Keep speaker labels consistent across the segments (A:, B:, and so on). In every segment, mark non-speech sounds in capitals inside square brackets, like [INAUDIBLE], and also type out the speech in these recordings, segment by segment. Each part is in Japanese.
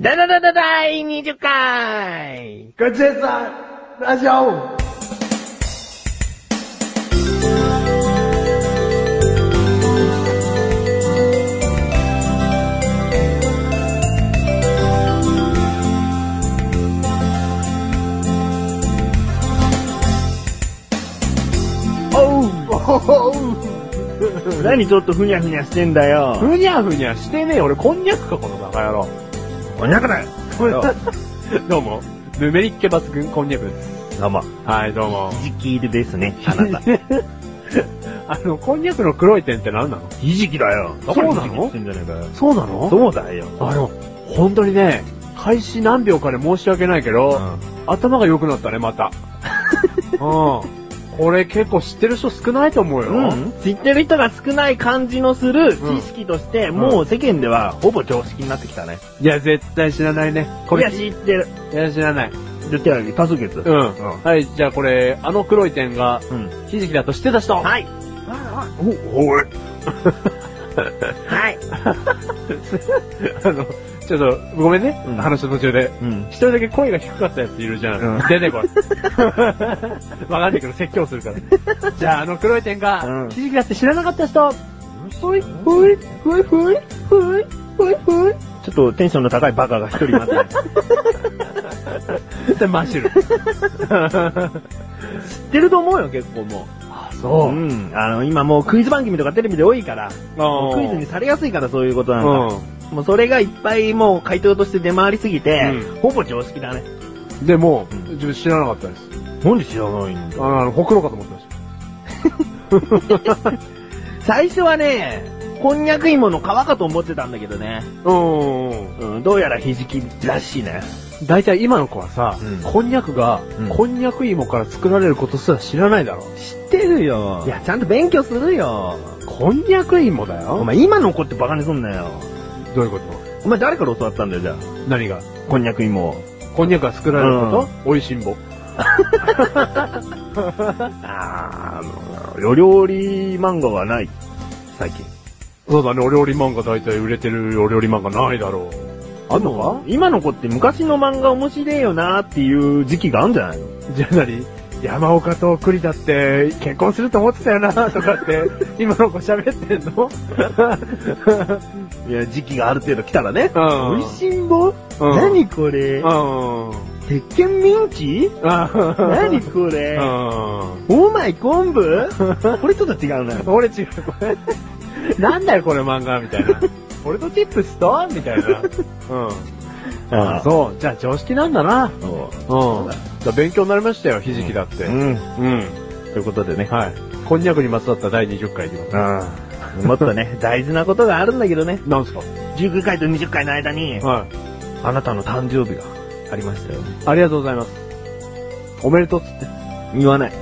A: だだだだ第20回
B: ごちそうさんラジオ
A: おう
B: おほほ
A: 何ちょっとふにゃふにゃしてんだよ。
B: ふにゃふにゃしてねえ。俺、こんにゃくか、このバカ野郎。
A: こんにゃくだよ。
B: どうも。ヌメリッケ抜群こんにゃくです。
A: どうも、
B: はい、どうも。
A: ひじきいるですね、あなた。
B: あの、こんにゃくの黒い点って何なの
A: ひじきだよ。
B: そうなの
A: だからひじきって言ってんじゃねえかよ。
B: そうなの
A: そうだよ。
B: あの、本当にね、開始何秒かで申し訳ないけど、頭が良くなったね、ま [LAUGHS] た。うん。これ結構知ってる人少ないと思うよ。
A: うん、知ってる人が少ない感じのする知識として、
B: ん
A: もう世間ではほぼ常識になってきたね。
B: いや、絶対知らないね。こ
A: これ
B: れ、
A: は知ってる。
B: いや、知らない。
A: で、手を挙げ多数決。
B: うん。
A: うん
B: はい、じゃあこれ、あの黒い点が、
A: うん。
B: ひじきだと知ってた人
A: はい。
B: お、おい。
A: はい。
B: [LAUGHS] あの、ちょっと、ごめんね、
A: うん
B: 話の途中で。
A: うん
B: 一。人だけ声が低かったやついるじゃん。
A: うん
B: 出て [LAUGHS] こい。わかんないけど説教する [LAUGHS] から。じゃあ、あの黒い点
A: う
B: が
A: ん、
B: ひじきだって知らなかった人、ふい、ふい、ふい、ふい、ふい、ふい、ふい。
A: ちょっとテンションの高いバカが一人いますね。
B: 絶対マ [LAUGHS] シュル。
A: 知ってると思うよ、結構もう。
B: あ、そうう。
A: ん。あの、今もうクイズ番組とかテレビで多いから、
B: あー
A: クイズにされやすいからそういうこと
B: う。
A: なんんだ。もうそれがいっぱいもう回答として出回りすぎて、
B: う
A: ほぼ常識だね。
B: でも
A: うん、
B: 自分知らなかったです。
A: なんで知らないん
B: あの、あのほくろかと思ってました。
A: 最初はね、こんにゃく芋の皮かと思ってたんだけどね。
B: うん。
A: うん、どうやらひじきらしいね。
B: 大体今の子はさ、
A: うん
B: こんにゃくが、
A: うん
B: こんにゃく芋から作られることすら知らないだろ。
A: 知ってるよいや、ちゃんと勉強するよ。
B: こんにゃく芋だ
A: お
B: よ
A: 前今の子ってバカにすんなよ。
B: どういうこと
A: お前誰から教わったんだよ、じゃあ。
B: 何が
A: こんにゃく芋を。
B: こんにゃくが作られること、おいしんぼ。
A: あー、お料理漫画はない。最近。
B: そうだね、お料理漫画大体売れてるお料理漫画ないだろう。あんのか
A: 今の子って昔の漫画面白いよなーっていう時期があるんじゃないの
B: じゃあ何山岡と栗田って結婚すると思ってたよなとかって、 [LAUGHS] 今の子喋ってんの
A: いや、時期がある程度来たらね。
B: うん
A: 美味しんぼ、
B: うん
A: 何これ、
B: うん。
A: 鉄拳ミンチ何これ、
B: うん。
A: オーマイ昆布これちょっと違うな。
B: 俺違う、これ。 [LAUGHS] なんだよ、これ漫画みたいな。ポテトチップスとみたいな。うん。あ、
A: う。
B: そう。じゃあ常識なんだな。
A: そ
B: う
A: う
B: ん。だ勉強になりましたよ、ひじきだって。
A: うん。
B: うん。
A: ということでね。
B: はい。こんにゃくにまつわった第20回でございま
A: うん。 [LAUGHS] もっとね、大事なことがあるんだけどね。
B: す。なんすか
A: 19回と20回の間に、
B: はい。
A: あなたの誕生日がありましたよ。
B: ありがとうございます。おめでとうっつって。
A: 言わない。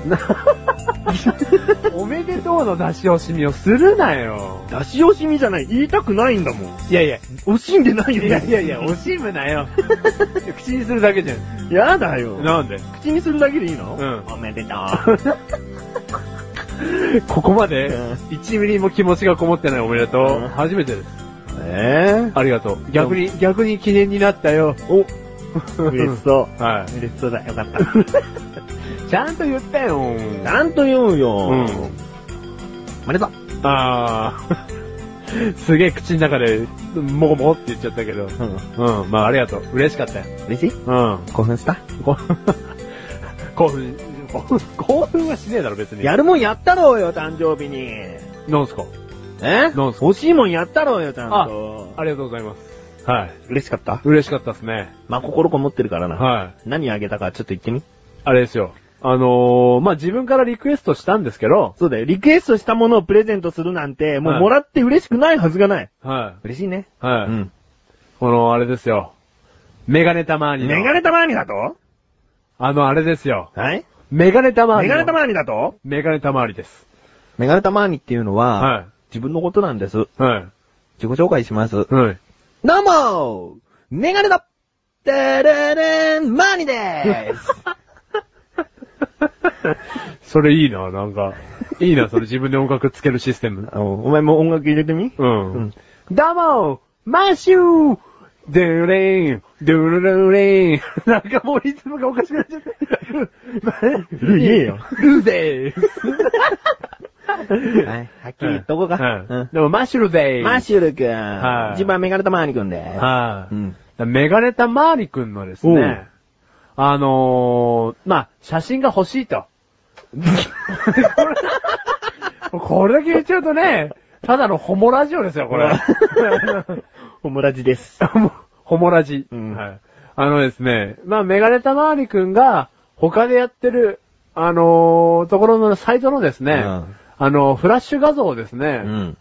B: おめでとうの出し惜しみをするなよ。
A: 出し惜しみじゃない。言いたくないんだもん。
B: いやいや、
A: 惜しんでないよ
B: いやいやいや、
A: お
B: 惜しむな [LAUGHS] よ。口にするだけじゃん。
A: やだよ。
B: なんで
A: 口にするだけでいいの
B: うん
A: おめでと [LAUGHS]
B: ここま
A: う
B: で
A: ん、
B: 1ミリも気持ちがこもってないおめでと
A: う。
B: うん初めてです。
A: う。ね
B: ありがとう。逆に、逆に記念になったよ。
A: え。お、嬉しそう。
B: は
A: 嬉しそうだ。よか [LAUGHS] った。
B: い。ちゃんと言ったよ。
A: ちゃんと言うよ。
B: うん
A: おめでとう。
B: あー。 [LAUGHS] すげえ口の中で、もごもごって言っちゃったけど。うん、まあありがとう。嬉しかったよ。
A: 嬉しい
B: うん。
A: 興奮した
B: こ興奮、 [LAUGHS] 興奮興奮はしねえだろ別に。
A: やるもんやったろうよ、誕生日に。
B: なんすかな
A: え
B: んすか
A: 欲しいもんやったろうよ、ちゃんと。
B: ありがとうございます。はい。
A: 嬉しかった
B: 嬉しかったですね。
A: まあ、心こもってるからな。
B: はい。
A: 何あげたかちょっと言ってみ。
B: あれですよ。あのー、まあ、自分からリクエストしたんですけど、
A: そうだよ。リクエストしたものをプレゼントするなんて、もう
B: はい
A: もらって嬉しくないはずがない。
B: は
A: 嬉しいね。
B: い。はい。
A: ん。
B: この、あれですよ。メガネたまーに。
A: メガネたまーにだと
B: あの、あれですよ。
A: はい
B: メガネたまーに。
A: メガネた
B: ま
A: まーにだと
B: メガネたまーにです。
A: メガネたまーにっていうのは、
B: は
A: 自分のことなんです。
B: い。はい。
A: 自己紹介します。
B: はい。 [LAUGHS]
A: どうもメガネだてれれんまーにで [LAUGHS] ーす
B: それいいな、なんか。いいな、それ自分で音楽つけるシステム。
A: あのお前も音楽入れてみ
B: うん。
A: うん
B: どうもマーシュードゥルリーン、ドゥルルリーン。 [LAUGHS] なんかもうリズムがおかしくなっちゃって。
A: ル言えよ
B: ルーデー
A: はい。はっきり言っとこうか。
B: うん
A: うん
B: でも、マッシュルデー
A: マッシュルくん。
B: はい
A: 一番メガネタマーニくんで。
B: はい、
A: うん。
B: メガネタマーリくんのです
A: お
B: ね
A: う、
B: あのー、まあ、写真が欲しいと。
A: [LAUGHS]
B: これだけ言っちゃうとね、ただのホモラジオですよ、こ
A: [LAUGHS]
B: れ。
A: おもらじです。
B: ホモラジ。
A: うん
B: はい。あのですね、まあ、メガネタマーリくんが、他でやってる、あのーところのサイトのですね、
A: うん
B: あの、フラッシュ画像をですね、
A: うん。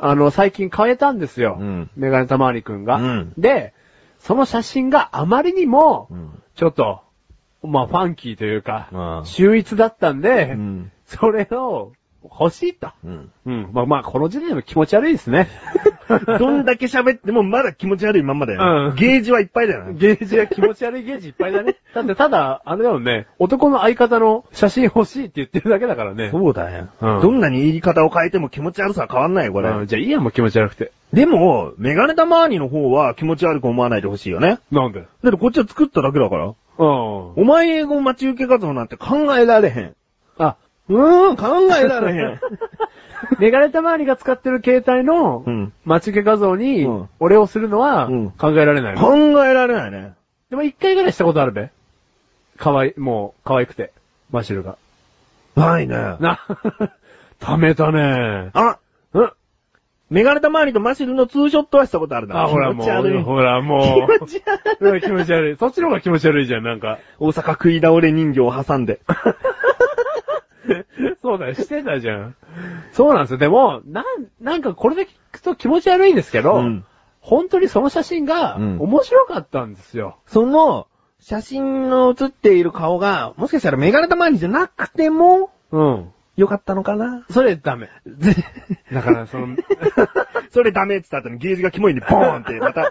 B: あの、最近変えたんですよ。
A: うん
B: メガネたまわりくんが、
A: うん
B: で、その写真があまりにも
A: う、ん。
B: ちょっと、まあ、ファンキーというか
A: う、ん
B: 秀逸だったんで、
A: うん
B: それを欲しいと。
A: うん。
B: うん。まあまあ、この時点でも気持ち悪いです
A: [LAUGHS]
B: ね。
A: どんだけ喋ってもまだ気持ち悪いまんまだよ、ね。
B: うん
A: ゲージはいっぱいだよね。
B: ゲージは気持ち悪いゲージいっぱいだね。だってただ、あれだもんね、男の相方の写真欲しいって言ってるだけだからね。
A: そうだよ、
B: うん
A: どんなに言い方を変えても気持ち悪さは変わんないよ、これ。
B: うんじゃあいいやもう気持ち悪くて。
A: でも、メガネタマーニの方は気持ち悪く思わないでほしいよね。
B: なんで
A: だってこっちは作っただけだから。
B: うん。
A: お前英語待ち受け画像なんて考えられへん。
B: あ、
A: うーん、考えられへん。
B: [LAUGHS] メガネたまわりが使ってる携帯の
A: [LAUGHS] うん、
B: 待ち受け画像に
A: うん、
B: お礼をするのは
A: うん、
B: 考えられないの。
A: 考えられないね。
B: でも一回ぐらいしたことあるべ。かわい、もう、可愛くて、マシルが。
A: ないね。
B: な、 [LAUGHS] ためたね
A: あ、
B: うん。
A: メガネタマーニとマシルのツーショットはしたことあるな。
B: あ、ほらも
A: 気持ち悪
B: う、
A: い。
B: ほらもう。
A: 気持ち悪い。
B: うん気持ち悪い。そっちの方が気持ち悪いじゃん、なんか。
A: 大阪食い倒れ人形を挟んで。
B: そうだよ、してたじゃん。そうなんですよ。でも、なん、なんかこれで聞くと気持ち悪いんですけど、
A: うん
B: 本当にその写真が、
A: うん
B: 面白かったんですよ。
A: その、写真の写っている顔が、もしかしたらメガネタマーニじゃなくても、
B: うん。
A: よかったのかな
B: それダメ。だから、その、
A: [LAUGHS] それダメって言った後にゲージがキモいんで、ボーンって、また、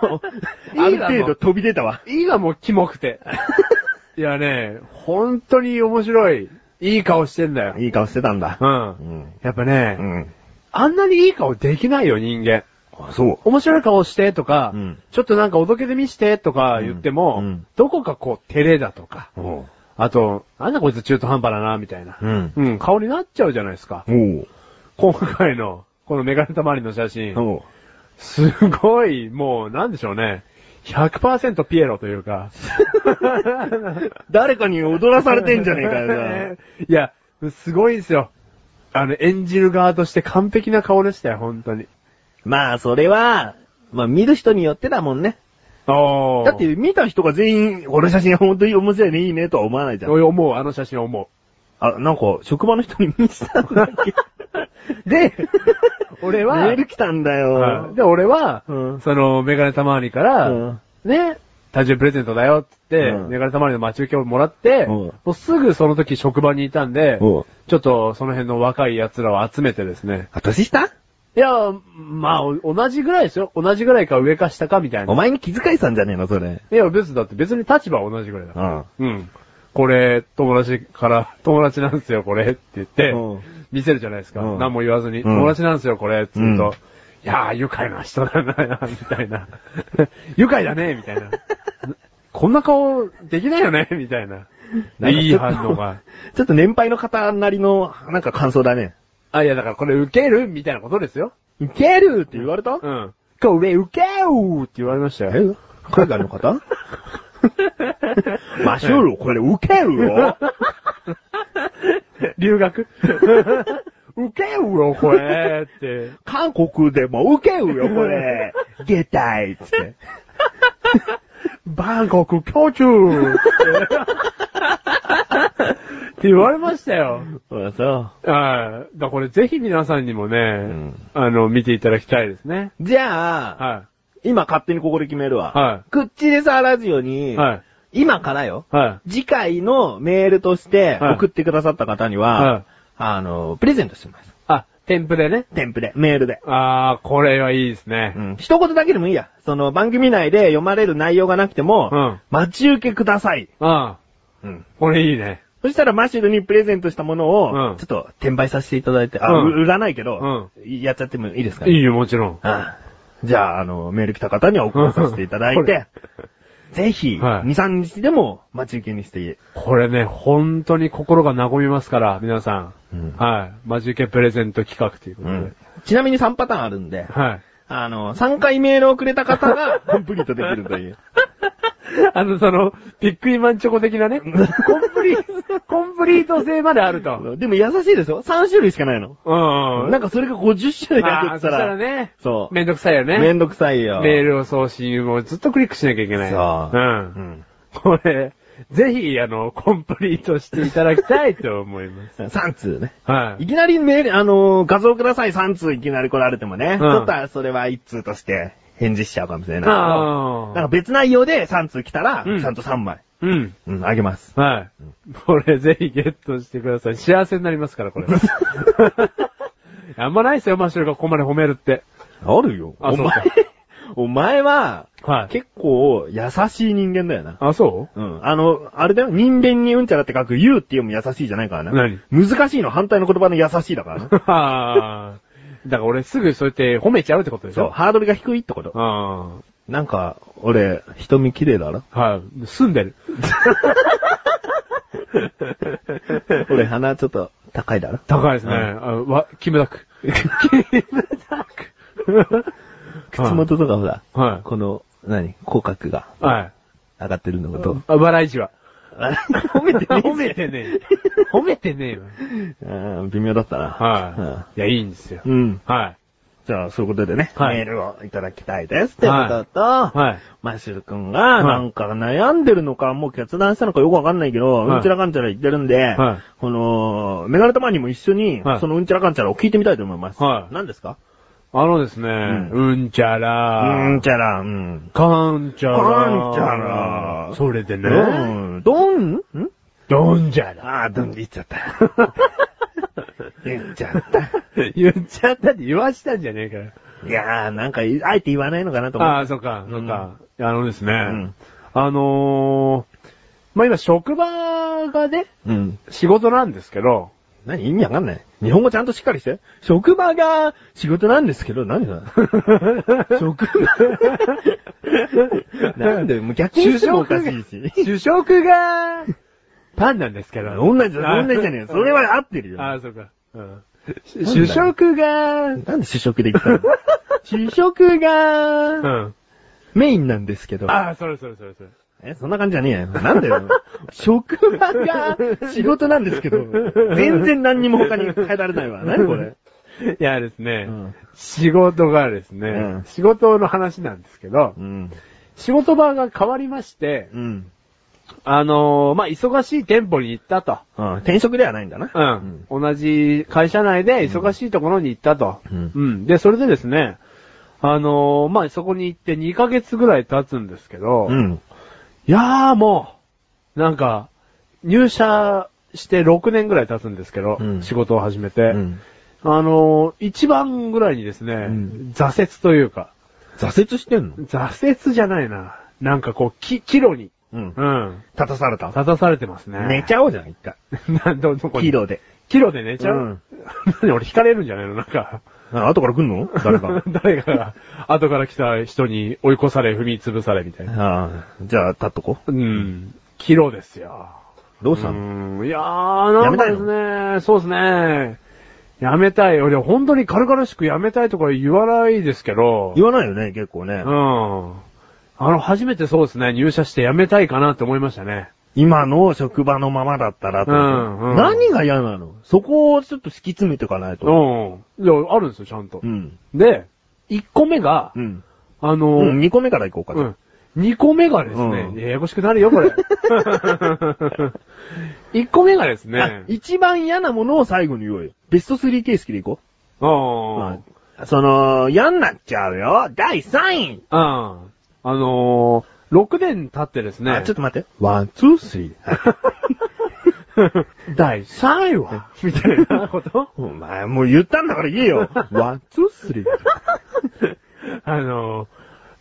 A: もう、 [LAUGHS] あ
B: いい
A: る
B: だろ
A: 程度飛び出たわ。
B: いいがもうキモく
A: [LAUGHS]
B: て。いやね、本当に面白い。いい顔してんだよ。
A: いい顔してたんだ
B: う。。
A: うんん。
B: やっぱ
A: う
B: ね、
A: ん。
B: あんなにいい顔できないよ、人間。
A: あ、そう。
B: 面白い顔してとか、
A: うん
B: ちょっとなんかおどけで見してとか言っても、
A: うんうん
B: どこかこう、照れだとか、
A: おう。
B: あと、なんだこいつ中途半端だな、みたいな、
A: うん
B: うん、顔になっちゃうじゃないですか。
A: おう。
B: 今回の、このメガネたまりの写真、
A: おう。
B: すごい、もう、なんでしょうね。100%ピエロというか。
A: [LAUGHS] 誰かに踊らされてんじゃねえかよ、
B: いや、すごいんですよ。あの、演じる側として完璧な顔でしたよ、本当に。
A: まあ、それは、まあ、見る人によってだもんね。
B: あ
A: だっ、て、見た人が全員、この写真本当に面白いね、いいね、とは思わないじゃん。
B: 俺思う、あの写真思
A: あ、なんか、職場の人に見せたんだっ
B: [LAUGHS]
A: けで、
B: う。俺は、
A: メール来たんだ
B: はい
A: よ。
B: で、俺は、
A: うん
B: その、メガネたまわりか
A: うん
B: ら、ね、誕生日プレゼントだよって言って、
A: うん
B: メガネたまわりの待ち受けをもらって、
A: うん
B: もうすぐその時職場にいたんで、
A: うん
B: ちょっとその辺の若い奴らを集めてですね。
A: あ、年下
B: いや、まあ、お同じぐらいですよ。同じぐらいか上か下かみたい
A: お
B: な。
A: 前に気遣いさんじゃねえの、それ。
B: いや、別にだって別に立場は同じぐらいだ
A: う
B: から。
A: ん。
B: うん。これ、友達から、友達なんですよ、これって言って
A: うん、
B: 見せるじゃないですか。
A: うん
B: 何も言わずに、
A: ん
B: 友達なんですよ、これって言うと、
A: うん
B: いやー、愉快な人だな、みたいな。 [LAUGHS] 愉快だね、みたいな。 [LAUGHS] こんな顔、できないよね、みたいな。いい反応が。。
A: ちょっと年配の方なりの、なんか感想だね。
B: [LAUGHS] あ、いや、だからこれ受けるみたいなことですよ。
A: いけるって言われた
B: うん。これ受けよーって言われましたよ。
A: え海外
B: [LAUGHS]
A: の方マシュル、これ受けるよ。
B: [LAUGHS] 留学受ける [LAUGHS] よ、こ [LAUGHS] れって。
A: 韓国でも受けるよ、こ
B: [LAUGHS]
A: れ。ゲタイつって。
B: バンコク共中って言われましたよ。
A: そうそ
B: はい。だ
A: う。
B: からこれぜひ皆さんにもね、
A: ん
B: あの、見ていただきたいですね。
A: じゃあ、
B: は
A: 今勝手にここで決めるわ。
B: は。い
A: クッチレサーラジオに、
B: い。は
A: 今からよ。
B: い。は
A: 次回のメールとして
B: はい
A: 送ってくださった方に
B: い。
A: は、
B: はい。
A: あの、プレゼントします。
B: あ、添付でね。
A: 添付で、メールで。
B: あー、これはいいですね
A: う。ん。一言だけでもいいや。その番組内で読まれる内容がなくても、
B: うん
A: 待ち受けください。
B: うん。
A: うん。
B: これいいね。
A: そしたらマシュルにプレゼントしたものを、
B: うん
A: ちょっと転売させていただいて、あ、
B: うん
A: う売らないけど、やっちゃってもいいですか
B: いいよ、もちろん。
A: ああじゃあ、あの、メール来た方には送らさせていただいて、 [LAUGHS] ぜひ、
B: はい
A: 2、3日でも待ち受けにして、
B: これね、本当に心が和みますから、皆さん。
A: うん
B: はい。マジケプレゼント企画ということ
A: う
B: で。
A: んちなみに3パターンあるんで、
B: はい。
A: あの、3回メールをくれた
B: [LAUGHS]
A: 方が、コンプリートできるという。
B: あの、その、ビックリマンチョコ的な [LAUGHS] ね、コンプリ、コンプリート性まであると。
A: でも優しいですよ。3種類しかないの。
B: うん。
A: なんかそれが50種類あ
B: あ
A: る
B: ー
A: っ
B: そ
A: た
B: したら
A: ら、
B: ね、
A: そう。
B: めんどくさいよね。
A: めんどくさいよ。
B: メー
A: ル。
B: ルを送信をずっとクリックしなきゃいけない。
A: そう。
B: うん。
A: ん。
B: これ、ぜひ、あの、コンプリートしていただきたいと思います。
A: 3通ね。
B: はい
A: い。きなりメール、あのー画像ください3通いきなり来られてもね、ちょっとそれは1通として返事しちゃうかもしれないけど。
B: あー
A: なんか別内容で3通来たら、
B: うん
A: ちゃんと3枚、
B: うん。
A: うん、あげます。
B: はい。これぜひゲットしてください。幸せになります [LAUGHS] から、これ。あんまないですよ、マッシュルがここまで褒めるって。
A: あるよ。
B: あ
A: お
B: そう
A: 前
B: か、
A: お前 [LAUGHS] は、
B: はい。
A: 結構優しい人間だよな。
B: あ、そ
A: うん。あの、あれだよ、人間にうんちゃらって書く U って読む優しいじゃないからね。難しいの反対の言葉の優しい
B: [LAUGHS]
A: だからね
B: う。はぁ。だから俺すぐそうやって褒めちゃうってことでし
A: そう、
B: ょ
A: ハードルが低いってこと。
B: あ
A: なんか、俺、瞳綺麗だ
B: [LAUGHS]
A: ろ
B: あ。はい。住んでる。
A: 俺鼻ちょっと高いだろ
B: 高いですね。
A: うん
B: あわ、キムダック。キムダック。
A: 口元とかほら、
B: [LAUGHS] はい。
A: この、何口角が
B: はい。。
A: 上がってるのこと
B: あ、笑い字は。
A: [LAUGHS] 褒めてね
B: [LAUGHS]
A: え
B: 褒めてねえ。褒めてねえよ。
A: うん微妙だったな。
B: はい。いや、いいんですよ
A: う。ん。
B: はい。
A: じゃあ、そういうことでね、
B: はい
A: メールをいただきたいです。ってことと、
B: はい。
A: マッシュル君が、
B: い
A: なんか悩んでるのか、もう決断したのかよくわかんないけど、
B: はい
A: うんちゃらかんちゃら言ってるんで、
B: はい
A: この、メガネたまにも一緒に、
B: はい
A: そのうんちゃらかんちゃらを聞いてみたいと思います。
B: はい
A: 何ですか
B: あのですね、
A: ん
B: うんちゃ
A: う
B: ら
A: んちゃら、うん。
B: かんちゃら
A: かんちゃら
B: それでね、
A: うん。どんん
B: どんじゃら
A: ああ、どんで言っちゃ [LAUGHS] った。言っちゃった。
B: [LAUGHS] 言っちゃったって言わしたんじゃねえかよ。
A: いやー、なんか、あえて言わないのかなと思
B: あ
A: っ
B: あ、そっか、そっか。あのですね、
A: ん
B: あのー、まあ、今職場がね、
A: て。うん。
B: 仕事なんですけど、
A: [LAUGHS] 何意味わかんない。日本語ちゃんとしっかりして。職場が仕事なんですけど、何だ [LAUGHS] 職場なんで、もう逆にしてもおかしいし。
B: [LAUGHS] 主食が、パンなんですけど。
A: 同じじゃ、同じじゃねえよ。それは合ってるよ。
B: ああ、そっか。うん主食が、
A: なんで主食できた [LAUGHS] の主食
B: う
A: が、
B: ん。
A: メインなんですけど。
B: ああ、それそれそれそれ。
A: え、そんな感じじゃねえよ。なんだ [LAUGHS] よ。職場 [LAUGHS] が仕事なんですけど、全然何にも他に変えられない [LAUGHS] わ。何これ。
B: いやですね、
A: うん
B: 仕事がですね、
A: うん
B: 仕事の話なんですけど、
A: うん。
B: 仕事場が変わりまして、
A: うん。
B: あのーまあ、忙しい店舗に行ったと。
A: あ転職ではないんだな。
B: うん。同じ会社内で忙しいところに行ったと。
A: うん
B: で、それでですね、あのーまあ、そこに行って2ヶ月ぐらい経つんですけど、
A: う
B: い
A: ん。
B: やーもう、なんか、入社して6年ぐらい経つんですけど、
A: うん
B: 仕事を始めて、
A: うん。
B: あのー一番ぐらいにですね、
A: ん
B: 挫折というか、
A: 挫折してんの
B: 挫折じゃないな。なんかこう、き、岐路に、
A: うん
B: う。ん、
A: 立たされた
B: 立たされてますね。
A: 寝ちゃおうじゃん、一回。
B: なん [LAUGHS] ど、どこに
A: ヒーローで。
B: キロで寝ちゃう、
A: うん
B: [LAUGHS] 何俺惹かれるんじゃないのなんか。
A: あ、後から来んの誰か。
B: [LAUGHS] 誰かが、後から来た人に追い越され、踏み潰されみたいな。
A: [LAUGHS] ああ、じゃあ、立っとこ
B: うん。キロですよ。
A: う。ど
B: ど
A: うしたの
B: いやー、なんかですね、そうですね。やめたい。俺、本当に軽々しくやめたいとか言わないですけど。
A: 言わないよね、結構ね
B: う。ん。あの、初めてそうですね、入社して辞めたいかなって思いましたね。
A: 今の職場のままだったらってこと
B: うんうん
A: 何が嫌なのそこをちょっと突き詰めていかないと。
B: うん。いや、あるんですよ、ちゃんと。
A: ん。
B: で、1個目が
A: う、ん。
B: あの
A: うん、
B: ー、
A: 2個目から行こうか。
B: うん。2個目がですね、
A: うん
B: ややこしくなるよ、これ。1個目がですね
A: あ、一番嫌なものを最後に言おうよ。ベスト3形式でいこ
B: う
A: う。
B: ん。
A: まあその、嫌になっちゃうよ。第3位、
B: うん。あのー、6年経ってですね、
A: あ、ちょっと待って。ワン、ツー、スリ [LAUGHS] ー。
B: [LAUGHS] 第3位
A: [LAUGHS]
B: は、みたいなこと
A: お前、もう言ったんだから言え [LAUGHS] よ。ワン、ツー、ス [LAUGHS] リー。
B: [LAUGHS] あの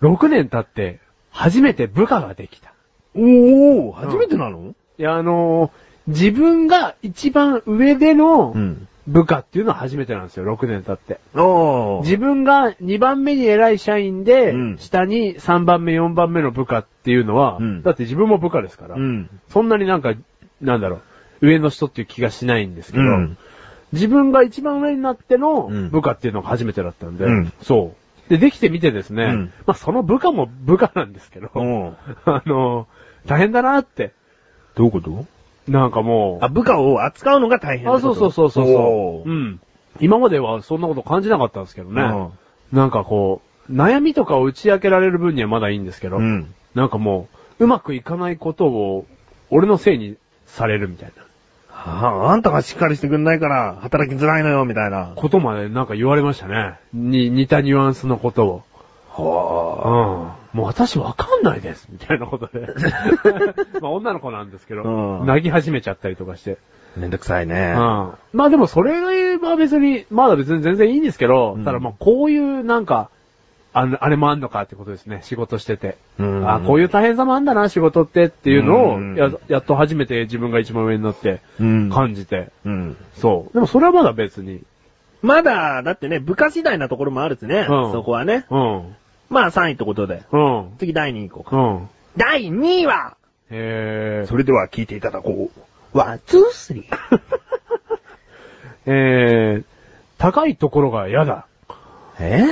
B: ー、6年経って、初めて部下ができた。
A: おー、初めてなの
B: いや、あのー自分が一番上での
A: ん。
B: 部下っていうのは初めてなんですよ、6年経って。
A: おー。
B: 自分が2番目に偉い社員で、
A: うん
B: 下に3番目、4番目の部下っていうのは、
A: うん
B: だって自分も部下ですから、
A: うん。
B: そんなになんか、なんだろう、上の人っていう気がしないんですけど、
A: うん
B: 自分が一番上になっての
A: うん
B: 部下っていうのが初めてだったんで、
A: うん
B: そう。で、できてみてですね、
A: うん
B: まあその部下も部下なんですけど、
A: おー。
B: あの、大変だなって、
A: どういうこと
B: なんかもう、
A: あ、部下を扱うのが大変
B: あ、そうそうそうそうそう。
A: う。
B: うん。今まではそんなこと感じなかったんですけどね。なんかこう、悩みとかを打ち明けられる分にはまだいいんですけど、
A: うん。
B: なんかもう、うまくいかないことを、俺のせいにされるみたいな
A: はあ、あんたがしっかりしてくんないから、働きづらいのよ、みたいな。
B: ことまでなんか言われましたね。に、似たニュアンスのことを。うん。
A: は
B: もう私わかんないですみたいなこと
A: [LAUGHS]
B: で。 [LAUGHS] まあ女の子なんですけど、
A: うん
B: 泣き始めちゃったりとかして。
A: あ。めんどくさいね。
B: うんまあでもそれは別に、まだ別に全然いいんですけど、
A: うん
B: ただまあこういうなんか、あのあれもあんのかってことですね、仕事してて。
A: うん
B: あこういう大変さもあんだな、仕事ってっていうの
A: う
B: を
A: ん
B: や、やっと初めて自分が一番上になって
A: うん。
B: 感じて。
A: うん。
B: そう。でもそれはまだ別に。
A: まだ、だってね、部下次第なところもあるしね。
B: うん
A: そこはね。
B: うん。
A: まあ3位ってことで。
B: うん。
A: 次第2位行こう
B: う
A: か。
B: ん。
A: 第2位は
B: えー。
A: それでは聞いていただこう。ワン、ツー、スリー。
B: えー、高いところが嫌だ。
A: え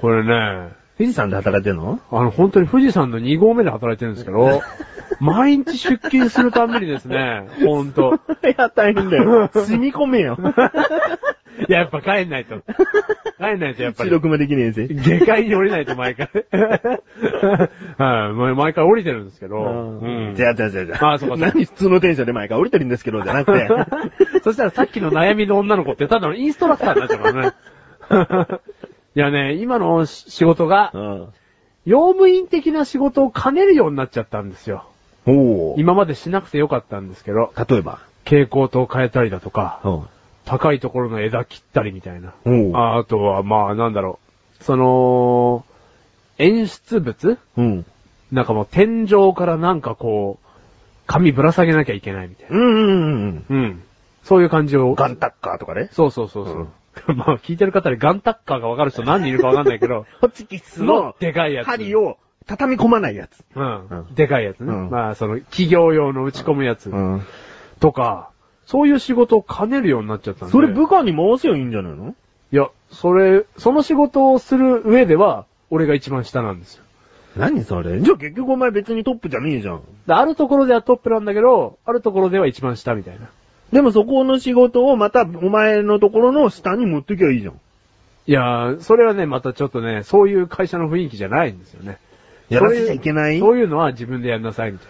B: これね、
A: 富士山で働いてんの
B: あの、本当に富士山の2合目で働いてるんですけど、毎日出勤するたんびにですね、本当
A: [LAUGHS] いや、大変だ [LAUGHS] よ。染み込めよ。
B: いや、やっぱ帰んないと。帰んないと、やっぱ
A: 視
B: り。
A: 力もできねえぜ。
B: 下界に降りないと、毎回。はい、もう毎回降りてるんですけど。うん。
A: じゃあじゃあじゃあじゃ
B: あそうかそうか
A: 何普通のテンションで毎回降りてるんですけど、じゃなくて。
B: [LAUGHS] そしたらさっきの悩みの女の子ってただのインストラクターになっちゃうから
A: [LAUGHS]
B: ね。いやね、今の仕事が
A: う、ん。
B: 用務員的な仕事を兼ねるようになっちゃったんですよ。
A: おー
B: 今までしなくてよかったんですけど、
A: 例えば。
B: 蛍光灯変えたりだとか、
A: うん。
B: 高いところの枝切ったりみたいな。
A: おう
B: ああとは、まあ、なんだろう。その、演出物
A: うん。
B: なんかもう天井からなんかこう、紙ぶら下げなきゃいけないみたいな。
A: うんうんうん。
B: うん。そういう感じを。
A: ガンタッカーとかね。、
B: そうそうそうそう。 [LAUGHS] まあ、聞いてる方でガンタッカーがわかる人何人いるかわかんないけど
A: [LAUGHS] ホチキスの
B: でかいやつ。
A: 針を畳み込まないやつ。
B: うん。
A: うん
B: でかいやつね。
A: うん
B: まあ、その、企業用の打ち込むやつ。
A: ん。
B: とか、そういう仕事を兼ねるようになっちゃったんで。
A: それ部下に回せばいいんじゃないの
B: いや、それ、その仕事をする上では、俺が一番下なんですよ。
A: 何それじゃあ結局お前別にトップじゃねえじゃん。
B: であるところではトップなんだけど、あるところでは一番下みたいな。
A: でもそこの仕事をまたお前のところの下に持ってきゃいいじゃん。
B: いやー、それはね、またちょっとね、そういう会社の雰囲気じゃないんですよね。
A: やらせちゃいけない
B: そういうのは自分でやんなさいみたい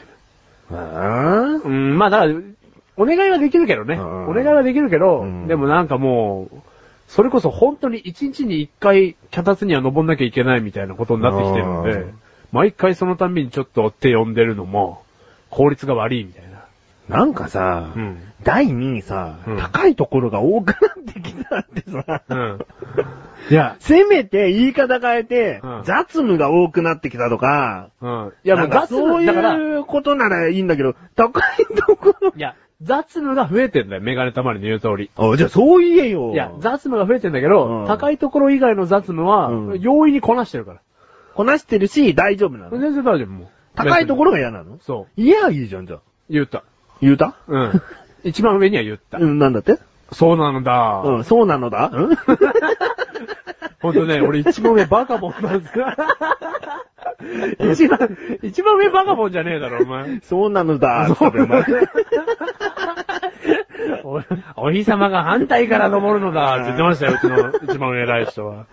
B: な。
A: あ
B: うん、まあだから、お願いはできるけどね。
A: うん
B: お願いはできるけど、
A: うん
B: でもなんかもう、それこそ本当に一日に一回、脚立には登んなきゃいけないみたいなことになってきてるの
A: う
B: で
A: ん、
B: 毎回そのたんびにちょっと手呼んでるのも、効率が悪いみたいな。
A: なんかさ、
B: うん
A: 第2位さ、
B: うん
A: 高いところが多くなってきたってさ、
B: うん。いや、
A: せめて言い方変えて、
B: うん
A: 雑務が多くなってきたとか、
B: うん。いや、も
A: な
B: うん
A: か
B: 雑
A: そう
B: 務、だから、い
A: いうことならいいんだけど、高いところ。
B: や、雑務が増えてんだよ、メガネたまりの言う通り。
A: あ、じゃあそう言えよ。
B: いや、雑務が増えてんだけど、
A: うん
B: 高いところ以外の雑務は、
A: うん
B: 容易にこなしてるから。
A: こなしてるし、大丈夫なの。
B: 全然大丈夫、もう。
A: 高いとこ
B: ろ
A: ろが嫌なの
B: そ
A: いや、いいじゃん、じゃあ。
B: う。言った。
A: 言うた
B: うん。 [LAUGHS] 一番上には言った。
A: うん、なんだって
B: そうなのだ。
A: うん、そうなのだうん
B: ほんとね、俺一番上バカボンなんです [LAUGHS] か一番、一番上バカボンじゃねえだろ、お前。
A: そうなのだ。
B: そう
A: お前
B: [LAUGHS] お、お日様が反対から登るのだ、って言ってましたよ、うちの一番偉い人は。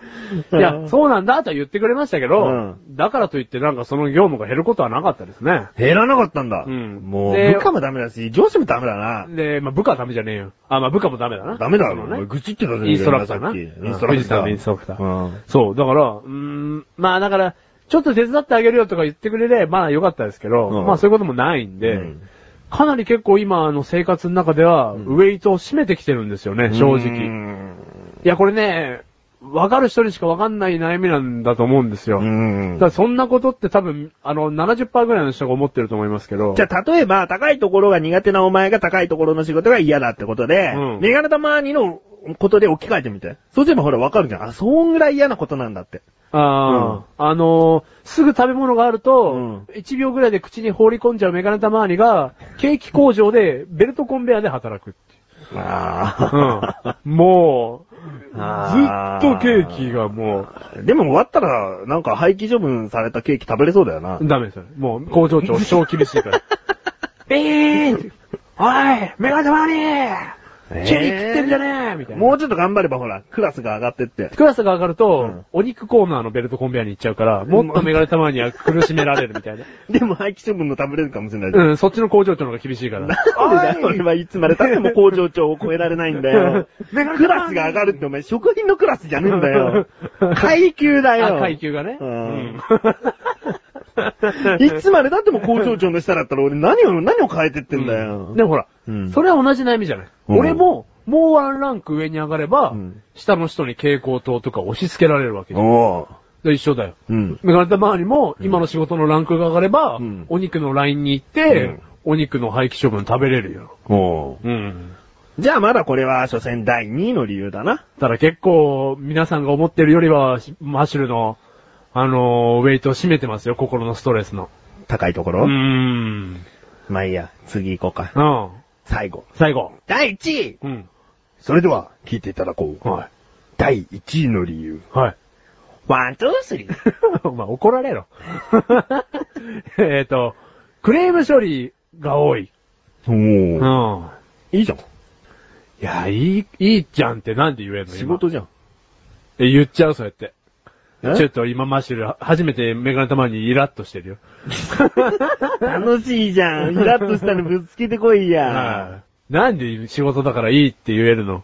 B: いや、そうなんだとは言ってくれましたけど、
A: う
B: だからといってなんかその業務が減ることはなかったですね。
A: 減らなかったんだ。
B: うん
A: もう、
B: で
A: 部下もダメだし、上司もダメだな。
B: で、まあ部下はダメじゃねえよ。あ、まあ部下もダメだな。
A: ダメだ
B: そ
A: ろ。
B: のね
A: ね、愚痴ってた
B: インストラクターな。
A: さっきイ
B: うん
A: ンストラ
B: 富
A: ク
B: 士
A: ター。
B: 山のインストラクター。
A: うん。
B: そう、だから、うーん、まあだから、ちょっと手伝ってあげるよとか言ってくれれば、まあ良かったですけど、
A: うん
B: まあそういうこともないんで、
A: うん
B: かなり結構今あの生活の中では、ウェイトを占めてきてるんですよね、正直。
A: 直。
B: いや、これね、わかる人にしかわかんない悩みなんだと思うんですよ。
A: ん
B: だからそんなことって多分、あの、70%ぐらいの人が思ってると思いますけど。
A: じゃあ、例えば、高いところが苦手なお前が高いところの仕事が嫌だってことで、
B: うん
A: メガネ玉にのことで置き換えてみて。そうすればほらわかるじゃん。あ、そんぐらい嫌なことなんだって。
B: あー、あのーすぐ食べ物がある
A: う
B: と、1秒ぐらいで口に放り込んじゃうメガネたまわりが、ケーキ工場でベルトコンベアで働くっていう。
A: あ [LAUGHS]
B: うん。もう、ずっ
A: あー
B: とケーキがも
A: あ。でも終わったら、なんか廃棄処分されたケーキ食べれそうだよな
B: う、。ダメですよ。もう工場長超厳しいから。えー [LAUGHS] おいメガネたまわりケーキ食ってんじゃねえみたいな。
A: もうちょっと頑張ればほら、クラスが上がってって。
B: クラスが上がると、
A: うん
B: お肉コーナーのベルトコンベアに行っちゃうから、もっとメガネたまには苦しめられるみたいな。
A: でも廃棄処分の食べれるかもしれないじゃん。
B: うん、そっちの工場長の方が厳しいから。
A: [LAUGHS] なんでだよ、俺はいつまで経っても工場長を超えられないんだ [LAUGHS] よ。
B: メガネ玉
A: クラスが上がるってお前、職人のクラスじゃねえんだよ。 [LAUGHS] 階級だよ。
B: あ、階級がね。
A: うん
B: うん
A: いつまでだっても工場長の下だったら俺何を、何を変えてってんだよ。
B: [LAUGHS] でもほら、
A: うん
B: それは同じ悩みじゃない。
A: うん
B: 俺も、もうワンランク上に上がれば、
A: うん
B: 下の人に蛍光灯とか押し付けられるわけじゃん
A: おぉ。
B: で一緒だよ。
A: うん。
B: メガネた周りも、今の仕事のランクが上がれば、
A: うん
B: お肉のラインに行って、
A: うん
B: お肉の廃棄処分食べれるよ。
A: おぉ。
B: うん。
A: じゃあまだこれは、所詮第2位の理由だな。
B: ただ結構、皆さんが思ってるよりは、しマッシュルの、あのーウェイトを占めてますよ、心のストレスの。
A: 高いとこ
B: うー
A: ろ。
B: ん。
A: まあいいや、次行こうか。
B: うん。
A: 最後。
B: 最後。
A: 第1位
B: うん。
A: それでは、聞いていただこう。
B: はい。
A: 第1位の理由。
B: はい。 [LAUGHS]
A: ワン、ツー、スリー。
B: お前怒られろ。 [LAUGHS] えっと、クレーム処理が多い。
A: お
B: う
A: ぉ。
B: ん。
A: いいじゃん。
B: いや、いい、いいじゃんってなんで言えんの
A: 仕事じゃん。
B: 今え言っちゃう、そうやって。
A: え
B: ちょっと今マッシュル、初めてメガネたまにイラッとして [LAUGHS] るよ。
A: 楽しいじゃん。イラッとしたのぶつけてこいや。
B: はいなんで仕事だからいいって言えるの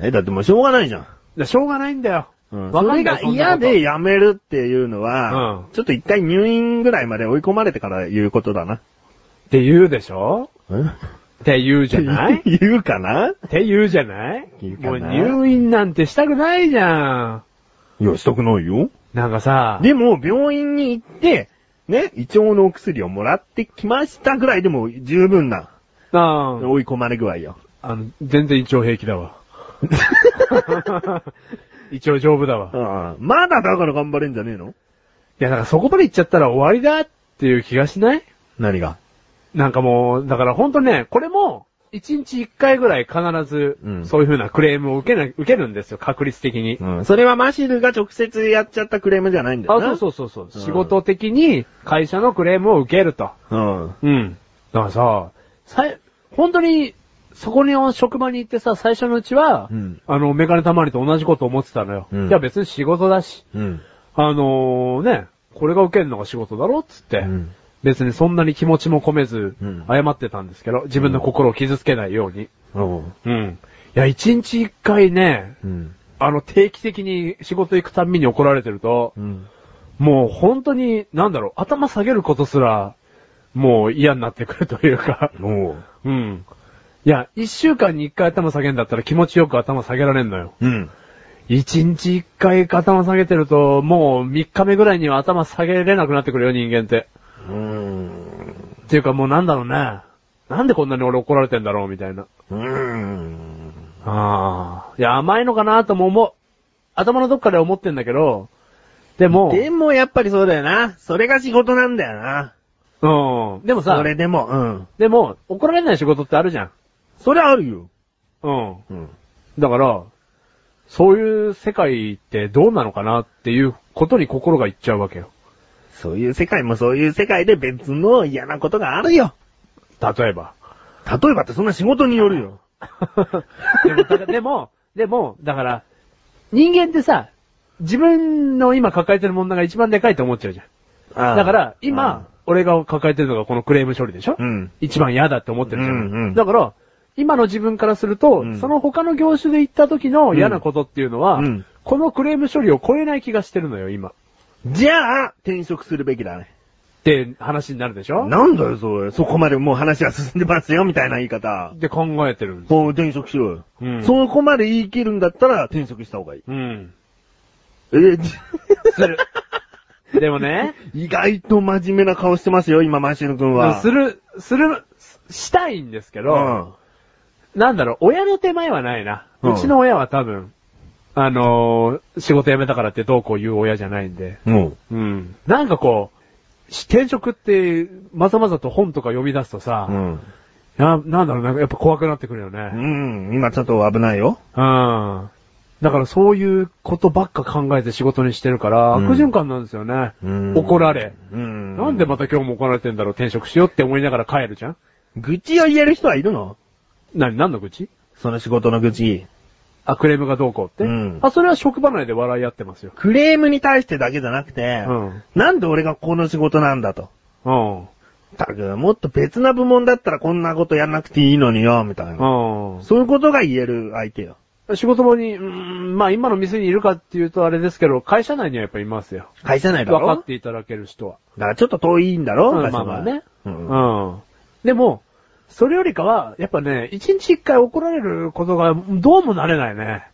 A: え、だってもうしょうがないじゃん。
B: いやしょうがないんだよ。
A: そ
B: わかんない
A: れが嫌で、辞めるっていうのは、
B: うん
A: ちょっと一回入院ぐらいまで追い込まれてから言うことだな。
B: そんなことって言うでしょ
A: え
B: って言うじゃない
A: [LAUGHS] 言うかな
B: って言うじゃない
A: 言うかな
B: もう入院なんてしたくないじゃん。
A: いや、したくないよ。
B: なんかさ、
A: でも、病院に行って、ね、胃腸のお薬をもらってきましたぐらいでも十分な
B: あー
A: 追い込まれ具合よ。
B: あの、全然胃腸平気だ [LAUGHS] わ。胃腸丈夫だわ。い
A: うんまだだから頑張れんじゃねえの
B: や、だからそこまで行っちゃったら終わりだっていう気がしない
A: 何が
B: なんかもう、だからほんとね、これも、1日1回ぐらい必ず
A: う、ん
B: そういう風なクレームを受けな、受けるんですよ、確率的に。
A: うん。それはマシルが直接やっちゃったクレームじゃないんだよ
B: あ、
A: な。
B: そうそうそうそう。仕事的に会社のクレームを受けると。
A: う。うん。
B: うん。だからさ、さい、本当に、そこの職場に行ってさ、最初のうちは、
A: うん
B: あの、メガネたまりと同じこと思ってたのよ。
A: うん
B: いや、別に仕事だし、
A: うん。
B: あのーね、これが受けるのが仕事だろっつって、
A: うん
B: 別にそんなに気持ちも込めず
A: うん、
B: 謝ってたんですけど、自分の心を傷つけないように。
A: おう
B: うん。いや、一日一回ね、
A: うん。
B: あの、定期的に仕事行くたんびに怒られてると、
A: うん。
B: もう本当に、なんだろう、頭下げることすら、もう嫌になってくるというか、
A: おう。
B: [LAUGHS] うん。いや、一週間に一回頭下げんだったら気持ちよく頭下げられんのよ。
A: うん。
B: 一日一回頭下げてると、もう三日目ぐらいには頭下げれなくなってくるよ、人間って。
A: うーん。
B: っていうかもうなんだろうね。なんでこんなに俺怒られてんだろう、みたいな。
A: うーん。
B: ああ。いや、甘いのかなとも思う。頭のどっかで思ってんだけど、でも、
A: でもやっぱりそうだよな。それが仕事なんだよな。
B: うん。でもさ
A: そ、れでも、うん。
B: でも、怒られない仕事ってあるじゃん。
A: それあるよ。
B: うん。
A: うん。
B: だから、そういう世界ってどうなのかなっていうことに心がいっちゃうわけよ。
A: そういう世界もそういう世界で別の嫌なことがあるよ。
B: 例えば。
A: 例えばってそんな仕事によるよ。
B: でも、だから [LAUGHS] でも、でも、だから、人間ってさ、自分の今抱えてる問題が一番でかいと思っちゃうじゃん。
A: ああ
B: だから、今、、俺が抱えてるのがこのクレーム処理でしょ、
A: うん。
B: 一番嫌だって思ってるじゃん。
A: うんうん
B: だから、今の自分からすると、
A: うん
B: その他の業種で行った時の嫌なことっていうのは、
A: うん
B: このクレーム処理を超えない気がしてるのよ、今。
A: じゃあ、転職するべきだね。
B: って話になるでしょ
A: なんだよ、それ。そこまでもう話は進んでますよ、みたいな言い方。
B: で考えてるんです。
A: もう転職しろよ。
B: うん
A: そこまで言い切るんだったら転職した方がいい。
B: うん。
A: え、じする。
B: でもね、
A: [LAUGHS] 意外と真面目な顔して [LAUGHS] ますよ、今、マシル君は。
B: する、する、したいんですけ
A: う
B: ど、
A: ん。
B: なんだろう、親の手前はないな。
A: うん
B: うちの親は多分、あのー仕事辞めたからってどうこう言う親じゃないんで。
A: もう。
B: うん。なんかこう、し転職って、まざまざと本とか読み出すとさ、
A: うん。
B: な、なんだろう、なんかやっぱ怖くなってくるよね。
A: うん、今ちょっと危ないよ。
B: うん。だからそういうことばっか考えて仕事にしてるから、
A: うん
B: 悪循環なんですよね。
A: うん
B: 怒られ。
A: うん。
B: なんでまた今日も怒られてんだろう、転職しようって思いながら帰るじゃん
A: 愚痴を言える人はいるの
B: な何の愚痴
A: その仕事の愚痴。
B: あ、クレームがどうこうって、
A: うん
B: あ、それは職場内で笑い合ってますよ。
A: クレームに対してだけじゃなくて、
B: うん
A: なんで俺がこの仕事なんだと。
B: うん。うん。
A: たく、もっと別な部門だったらこんなことやんなくていいのによ、みたいな。そういうことが言える相手よ。
B: 仕事場に、うーん、まあ今の店にいるかっていうとあれですけど、会社内にはやっぱいますよ。
A: 会社内だ
B: 分
A: ろ
B: かっていただける人は。
A: だからちょっと遠いんだろ、
B: うん
A: 場所
B: ま
A: が
B: あまあね。
A: うん。
B: うん。でも、それよりかは、やっぱね、一日一回怒られることがどうもなれないね。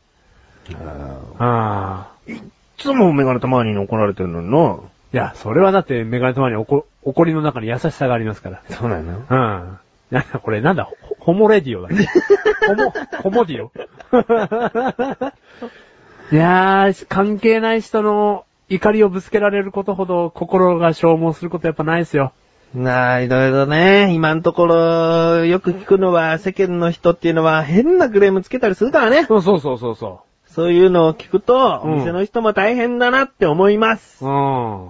A: あ
B: ああ。
A: ーいつもメガネたまに怒られてるのにない
B: や、それはだってメガネとまに怒怒りの中に優しさがありますから。
A: そうなの
B: うん。なんだこれ、なんだ、ホホモレディオだね。ホモ、ホモディオ。いやー、関係ない人の怒りをぶつけられることほど心が消耗することやっぱないですよ。
A: なあ、いろいろね、今のところ、よく聞くのは、世間の人っていうのは変なクレームつけたりするからね。
B: そうそうそうそうそ
A: そういうのを聞くと、
B: うん
A: お店の人も大変だなって思います。
B: う。うん。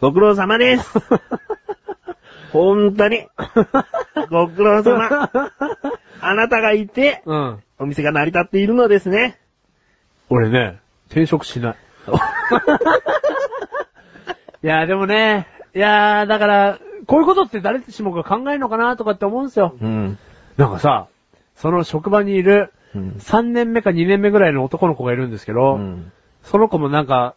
A: ご苦労様 [LAUGHS] です。本当 [LAUGHS] に。ご苦労様。あなたがいて、
B: うん。
A: お店が成り立っているのですね。
B: 俺ね、転職し [LAUGHS] ない。いや、でもね、いやー、だから、こういうことって誰しもが考えるのかなとかって思うんですよ。
A: うん。
B: なんかさ、その職場にいる、3年目か2年目ぐらいの男の子がいるんですけど、
A: うん。
B: その子もなんか、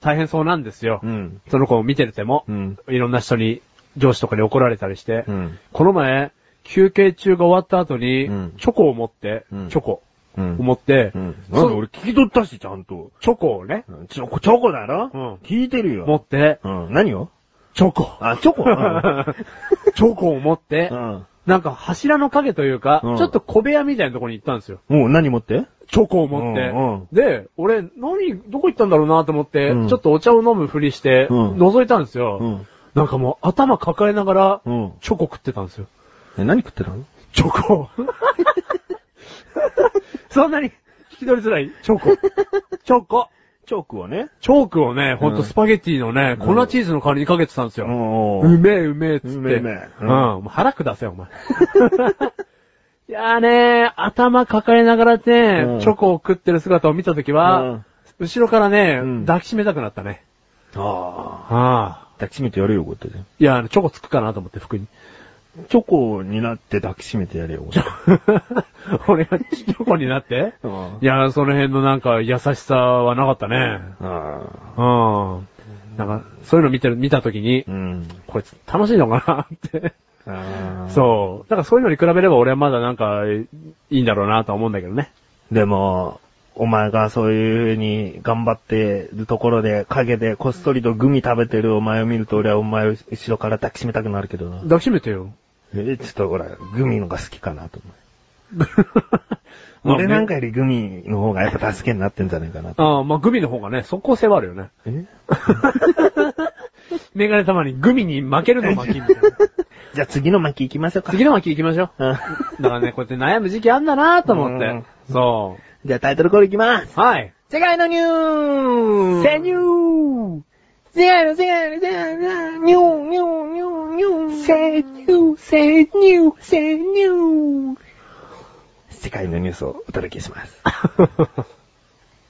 B: 大変そうなんですよ。
A: ん。
B: その子を見てるても、
A: ん。
B: いろんな人に、上司とかに怒られたりして、
A: ん。
B: この前、休憩中が終わった後に、
A: うん
B: チョコを持って、
A: うん
B: チョコ
A: う
B: を
A: ん。
B: 持って、
A: なんで俺聞き取ったし、ちゃんと。
B: チョコをね、
A: チョコ、チョコだろ
B: うん
A: 聞いてるよ。
B: 持って、
A: うん。何を
B: チョコ。
A: あ、チョコ。う
B: [LAUGHS] チョコを持って、
A: ん。
B: なんか柱の影というか、
A: うん
B: ちょっと小部屋みたいなところに行ったんですよ。
A: もう何持って
B: チョコを持って。
A: うんうん
B: で、俺、何、どこ行ったんだろうなと思って、
A: うん
B: ちょっとお茶を飲むふりして、
A: うん
B: 覗いたんですよ、
A: ん。
B: なんかもう頭抱えながら、
A: うん。
B: チョコ食ってたんですよ。
A: え、何食ってたの
B: チョコ。 [LAUGHS] そんなに、聞き取りづらいチョコ。チョコ。
A: チョークをね。
B: チョークをね、ほんとスパゲティのね、
A: うん
B: 粉チーズの代わりにかけてたんですよ。
A: う
B: うめえうめえっつって。
A: うめえうめえ
B: う。
A: うんん
B: もう腹下せよ、お前。 [LAUGHS] いやーねー、頭抱えながらね、
A: うん
B: チョコを食ってる姿を見たとき
A: う
B: は
A: ん、
B: 後ろからね、
A: うん
B: 抱きしめたくなったね。
A: ああ。
B: ああ。
A: 抱きしめてやれよ、こうやってね。
B: いや、チョコつくかなと思って、服に。
A: チョコになって抱きしめてやれよ。
B: [LAUGHS] 俺がチョコになって
A: うん
B: いや、その辺のなんか優しさはなかったね。
A: あ
B: うん。なんか、そういうの見てる、見たときに
A: あ。う、ん。
B: こいつ楽しいのかなって。
A: ああ。
B: そう。だからそういうのに比べれば俺はまだなんか、いいんだろうなとは思うんだけどね。
A: でも、お前がそういう風に頑張ってるところで、陰でこっそりとグミ食べてるお前を見ると俺はお前を後ろから抱きしめたくなるけどな。
B: 抱きしめて [LAUGHS] よ。
A: え、ちょっとほら、グミのが好きかなと思う。
B: まあ
A: 俺なんかよりグミの方がやっぱ助けになってんじゃないかなと。
B: ああ、まあグミの方がね、速攻性はあるよね。
A: え
B: [LAUGHS] メガネたまにグミに負けるの巻きみたいな。 [LAUGHS]
A: じゃあ次の巻き行きましょうか。
B: 次の巻き行きましょう。
A: うん
B: だからね、こうやって悩む時期あんだなと思って。そ
A: じゃあタイトルコール行きます。
B: う。 [LAUGHS] はい。
A: 世界のニュー
B: セニュー
A: 世界の世界の世界のニューニューニューニュー
B: セニューセニューセニュー
A: 世界のニュースをお届けします。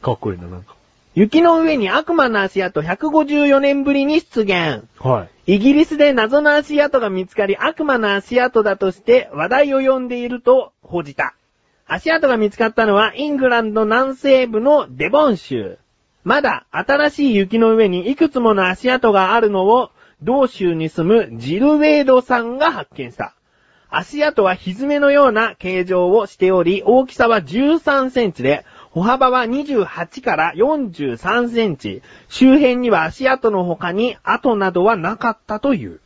B: かっこいいな、なんか。
A: 雪の上に悪魔の足跡154年ぶりに出現。
B: はい。
A: イギリスで謎の足跡が見つかり悪魔の足跡だとして話題を呼んでいると報じた。足跡が見つかったのはイングランド南西部のデボン州。まだ新しい雪の上にいくつもの足跡があるのを同州に住むジルウェイドさんが発見した。足跡はひずめのような形状をしており、大きさは13センチで、歩幅は28から43センチ。周辺には足跡の他に跡などはなかったという。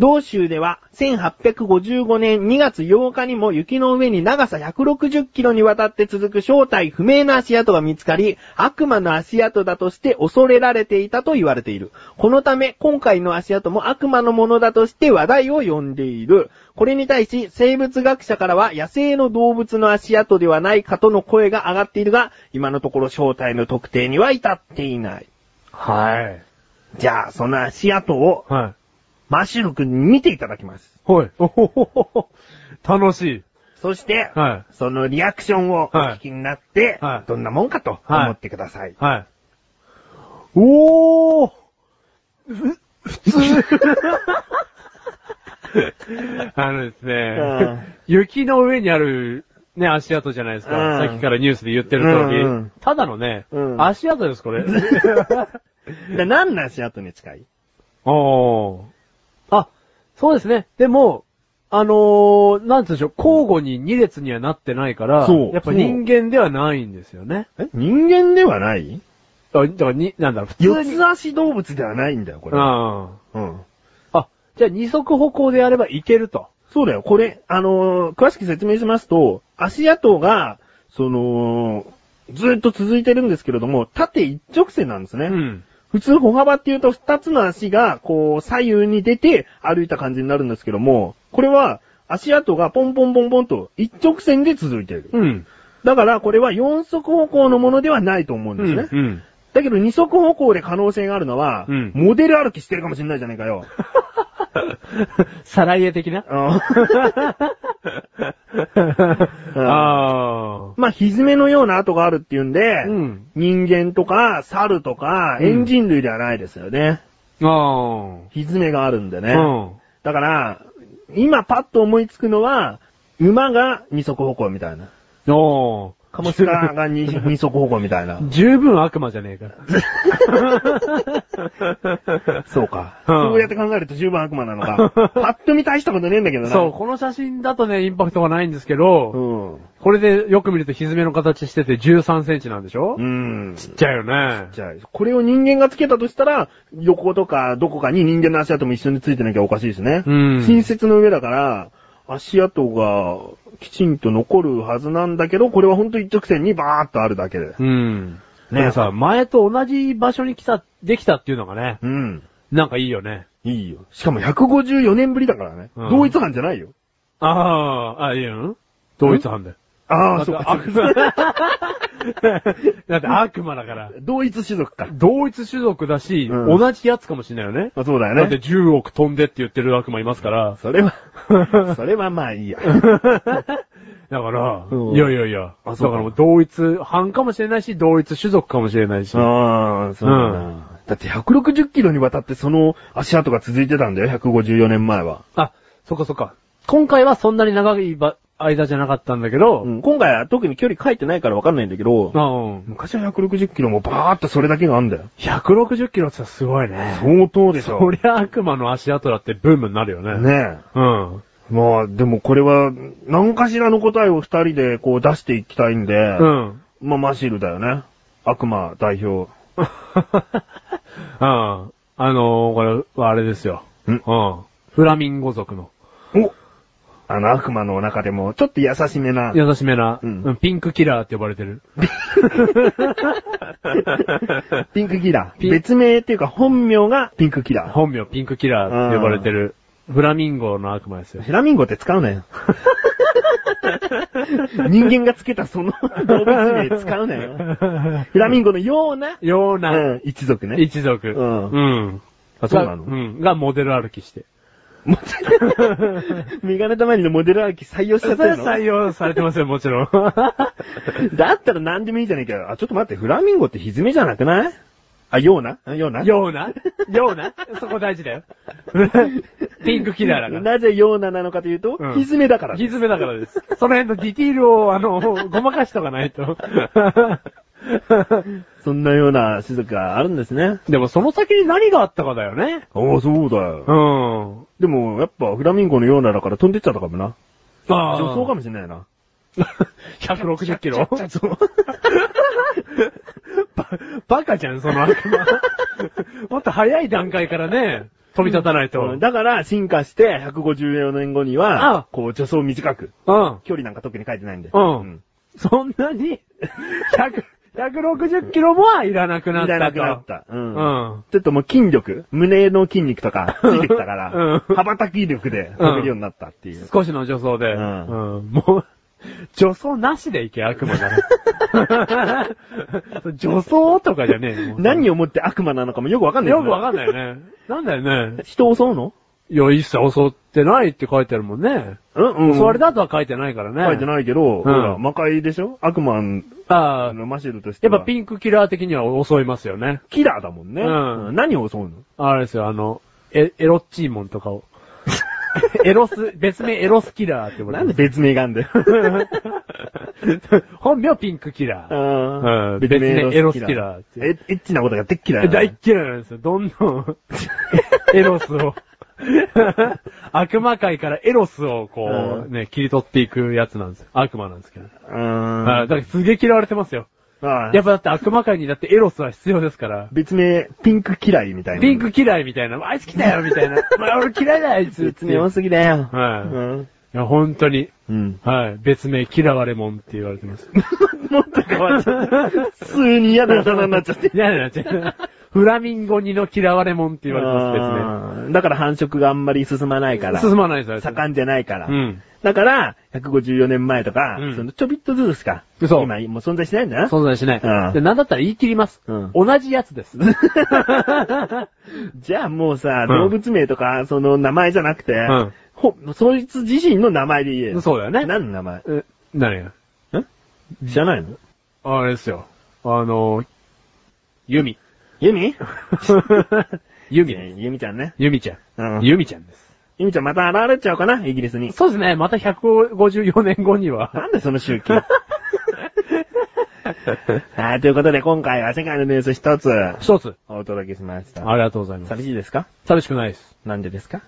A: 同州では1855年2月8日にも雪の上に長さ160キロにわたって続く正体不明な足跡が見つかり、悪魔の足跡だとして恐れられていたと言われている。このため、今回の足跡も悪魔のものだとして話題を呼んでいる。これに対し、生物学者からは野生の動物の足跡ではないかとの声が上がっているが、今のところ正体の特定には至っていない。
B: はい。
A: じゃあ、その足跡を
B: はい。
A: マッシュル君に見ていただきます。
B: はい。おほほほほ。楽しい。
A: そして、
B: は
A: そのリアクションをお聞きになって、
B: はいはい
A: どんなもんかと
B: はい
A: 思ってください。
B: はい。おーふ、普通 [LAUGHS] あのです
A: うん
B: ね、雪の上にある、ね、足跡じゃないですか。
A: うん
B: さっきからニュースで言ってる
A: う
B: 通
A: んうん
B: り。ただのね
A: う、ん
B: 足跡です、こ [LAUGHS] れ。
A: で何の足跡に近い
B: おー。あ、そうですね。でも、あのー、なんつうんでしょう、交互に2列にはなってないから、
A: そう
B: やっぱ人間ではないんですよね。
A: え人間ではない
B: あだからに、なんだろう、普通
A: 四
B: に。
A: つ足動物ではないんだよ、こ
B: う
A: れ。
B: ん。
A: うん。
B: あ、じゃあ二足歩行でやればいけると。
A: そうだよ、これ、あのー詳しく説明しますと、足跡が、その、ずーっと続いてるんですけれども、縦一直線なんですね。
B: ん。
A: 普通歩幅っていうと二つの足がこう左右に出て歩いた感じになるんですけども、これは足跡がポンポンポンポンと一直線で続いている。
B: うん。
A: だからこれは四足歩行のものではないと思うんですね。
B: ん。 [LAUGHS]
A: だけど二足歩行で可能性があるのは、
B: うん
A: モデル歩きしてるかもしれないじゃないかよ。
B: サライエ的 [LAUGHS] な
A: うん
B: ああ。
A: [LAUGHS] まあ、ひずめのような跡があるっていうんで、
B: うん。
A: 人間とか猿とか
B: うん
A: 遠人類ではないですよね。
B: ああ。
A: ひずめがあるんでね。
B: うん。
A: だから、今パッと思いつくのは、馬が二足歩行みたいな。
B: おー。
A: カモシカ
B: [LAUGHS]
A: が二二足歩行みたいな。
B: 十分悪魔じゃねえか。
A: そうか。
B: うん
A: そうやって考えると十分悪魔な
B: [LAUGHS]
A: のか。パッと見大したことねえんだけどな。
B: そう、この写真だとね、インパクトがないんですけど、
A: う。
B: これでよく見るとひずめの形してて13センチなんでしょ
A: ん。うん。
B: ちっちゃいよね。
A: じゃあ、これを人間がつけたとしたら、横とかどこかに人間の足跡も一緒についてなきゃおかしいですね。
B: うん
A: 新設の上だから、足跡がきちんと残るはずなんだけど、これはほんと一直線にバーっとあるだけで。
B: うん。
A: ね
B: ねさ、前と同じ場所に来た、できたっていうのがね、
A: うん。
B: なんかいいよね。
A: いいよ。しかも154年ぶりだからね。
B: うん
A: 同一犯じゃないよ。
B: ああ、あ、いいよ。同一犯だよ。
A: あ
B: だ
A: あ、
B: って
A: そ
B: 悪魔。
A: うか。
B: [LAUGHS] だって悪魔だから。
A: 同一種族か。
B: 同一種族だし、
A: うん
B: 同じやつかもしれないよね。
A: あそうだよ
B: だって
A: ね。
B: 10億飛んでって言ってる悪魔いますから。
A: それは、 [LAUGHS] それはまあいいや。
B: だから、
A: うん
B: いやいやいや。
A: あ
B: だ
A: そ
B: か
A: うから
B: もう同一犯かもしれないし、同一種族かもしれないし。
A: ああ、そうだな。
B: う
A: だって160キロにわたってその足跡が続いてたんだよ、154年前は。
B: あ、そっかそっか。今回はそんなに長いば間じゃなかったんだけど、
A: うん今回は特に距離書いてないからわかんないんだけど、
B: あうん
A: 昔は160キロもバーっとそれだけがあんだよ。
B: 160キロってすごいね。
A: 相当でしょ。
B: そりゃ悪魔の足跡だってブームになるよね。
A: ねえ。
B: うん。
A: まあ、でもこれは、何かしらの答えを二人でこう出していきたいんで、
B: うん。
A: まあ、マシルだよね。悪魔代表。
B: うん。あのー、これはあれですよ。
A: ん
B: うん。フラミンゴ族の。
A: おあの悪魔の中でも、ちょっと優しめな。
B: 優しめな、
A: うん
B: うんピンクキラーって呼ばれてる。
A: ピンクキラ
B: ピン
A: ー。別名っていうか本名がピンクキラ
B: 本名ピンクキラーって呼ばれてる。フラミンゴの悪魔ですよ [LAUGHS]
A: ー。。フラミンゴって使うな [LAUGHS] よ。人間がつけたその動物名使うなよ。フラミンゴのような、
B: よう
A: う
B: な、
A: ん、 [LAUGHS] 一族ね。
B: 一族。
A: うん
B: うん。
A: あそうなの
B: がうん。がモデル歩きして。
A: モデル [LAUGHS] メガネたまりのモデル歩き採用しちゃってるの
B: 採用されてますよ、もちろん。
A: だったら何でもいいじゃねえかよ。あ、ちょっと待って、フラミンゴってひずめじゃなくないあ、ようなよう [LAUGHS] な
B: ようなようなそこ大事だ
A: [LAUGHS]
B: よ。ピンクキラーだから。
A: なぜようななのかというと、
B: うん
A: ひずめだから。
B: ひずめだからです。その辺のディティールを、あの、ごまかしとかないと。
A: そんなような種族があるんですね。
B: でもその先に何があったかだよね。
A: ああ、そうだよ。
B: うん。
A: でも、やっぱ、フラミンゴのようなだから飛んでっちゃったかもな。
B: あ
A: 女装か
B: も。
A: もしれないな。
B: 160キロ
A: そう。
B: ば、バカじゃん、その悪魔。もっと早い段階からね、飛び立たないと。
A: うんだから、進化して、154年後に
B: ああ
A: は、こう、助走短く。
B: うん。
A: 距離なんか特に書いてないんで。
B: うんそんなに、100、160キロもはいらなくなっ
A: みたい
B: た
A: な
B: と。
A: くなった。う。
B: うんん。
A: ちょっともう筋力、胸の筋肉
B: [LAUGHS]
A: とかついてきたから、
B: うん
A: 羽ばたき力で飛べるようになったっていう。
B: 少しの助走で。
A: うん
B: うんもう、助走なしでいけ、悪魔なら。 [LAUGHS] 助走とかじゃねえよ。
A: 何
B: よ
A: をもって悪魔なのかもよくわかんない
B: よくわ
A: ん
B: かんないよね。なんだよね。
A: 人を襲うの
B: いや、一切襲ってないって書いてあるもんね。
A: うん
B: 襲われ
A: だ
B: たとは書いてないからね。
A: 書いて
B: い。
A: ないけど、
B: ん
A: ほら、魔界でしょ悪魔
B: ああ。
A: のマシルとして
B: やっ
A: は。
B: ぱピンクキラー的には襲いますよね。
A: キラーだもんね。
B: うん
A: うん何を襲うの
B: あれですよ、あの、エエロッチーモンとか
A: [LAUGHS]
B: を。エロス、別名エロスキラーって呼ば
A: な
B: れ
A: んで
B: て
A: 別名があん
B: [LAUGHS]
A: だよ。
B: る。 [LAUGHS] 本名ピンクキラー。う
A: う
B: んん
A: 別名
B: 別名エロスキラーって
A: え、エッチなことがでっきらいな。
B: 大っ嫌いなんですよ。どんどん、 [LAUGHS] エロスを。 [LAUGHS] 悪魔界からエロスをこ
A: う
B: う、ね、切り取っていくやつなんですよ。悪魔なんですけど。
A: うーん。
B: あだからすげえ嫌われてますよ。
A: ああ
B: やっぱだって悪魔界にだってエロスは必要ですから。
A: 別名、ピンク嫌いみたいな。
B: ピンク嫌いみたいな。あいつ来たよみた [LAUGHS] いな。まあ俺嫌いだあいつ。
A: 別名多すぎだよ。
B: はい
A: うん。
B: いや、本当に。
A: うん。
B: はい。別名、嫌われもんって言われてます。 [LAUGHS] い
A: もっと変わっちゃった。普通に嫌なあだ名になっちゃって。
B: やいやいや、フラミンゴにの嫌われもんって言われてま
A: あーだから繁殖があんまり進まないか
B: す、
A: ら。
B: 別名。進まないですよ、あいつ
A: 盛んじゃないから。
B: うん。
A: だから、154年前とか、
B: うん
A: そのちょびっとずつしか、
B: 嘘
A: 今もう存在しないんだな。
B: 存在しない。
A: うん
B: で、なんだったら言い切ります。
A: うん
B: 同じやつ [LAUGHS] です。
A: じゃあもうさ、
B: ん
A: 動物名とか、その名前じゃなくて、
B: ん
A: ほ、そいつ自身の名前で言えよ。
B: そうだよね。
A: 何の名前
B: え何が
A: 知らないの
B: あれですよ。あの、ユミ。
A: ユミ
B: [LAUGHS] ユミ。
A: [LAUGHS] ユミちゃんね。
B: ユミちゃ
A: うん
B: ん。ユミちゃんです。
A: ユミちゃんまた現れちゃうかなイギリスに。
B: そうですね。また154年後に [LAUGHS] は。
A: なんでその [LAUGHS] 周期はい、ということで今回は世界のニュース一つ
B: 一つ。
A: お届けしました。
B: ありがとうございます。
A: 寂しいですか
B: 寂しくないです。
A: なんでですか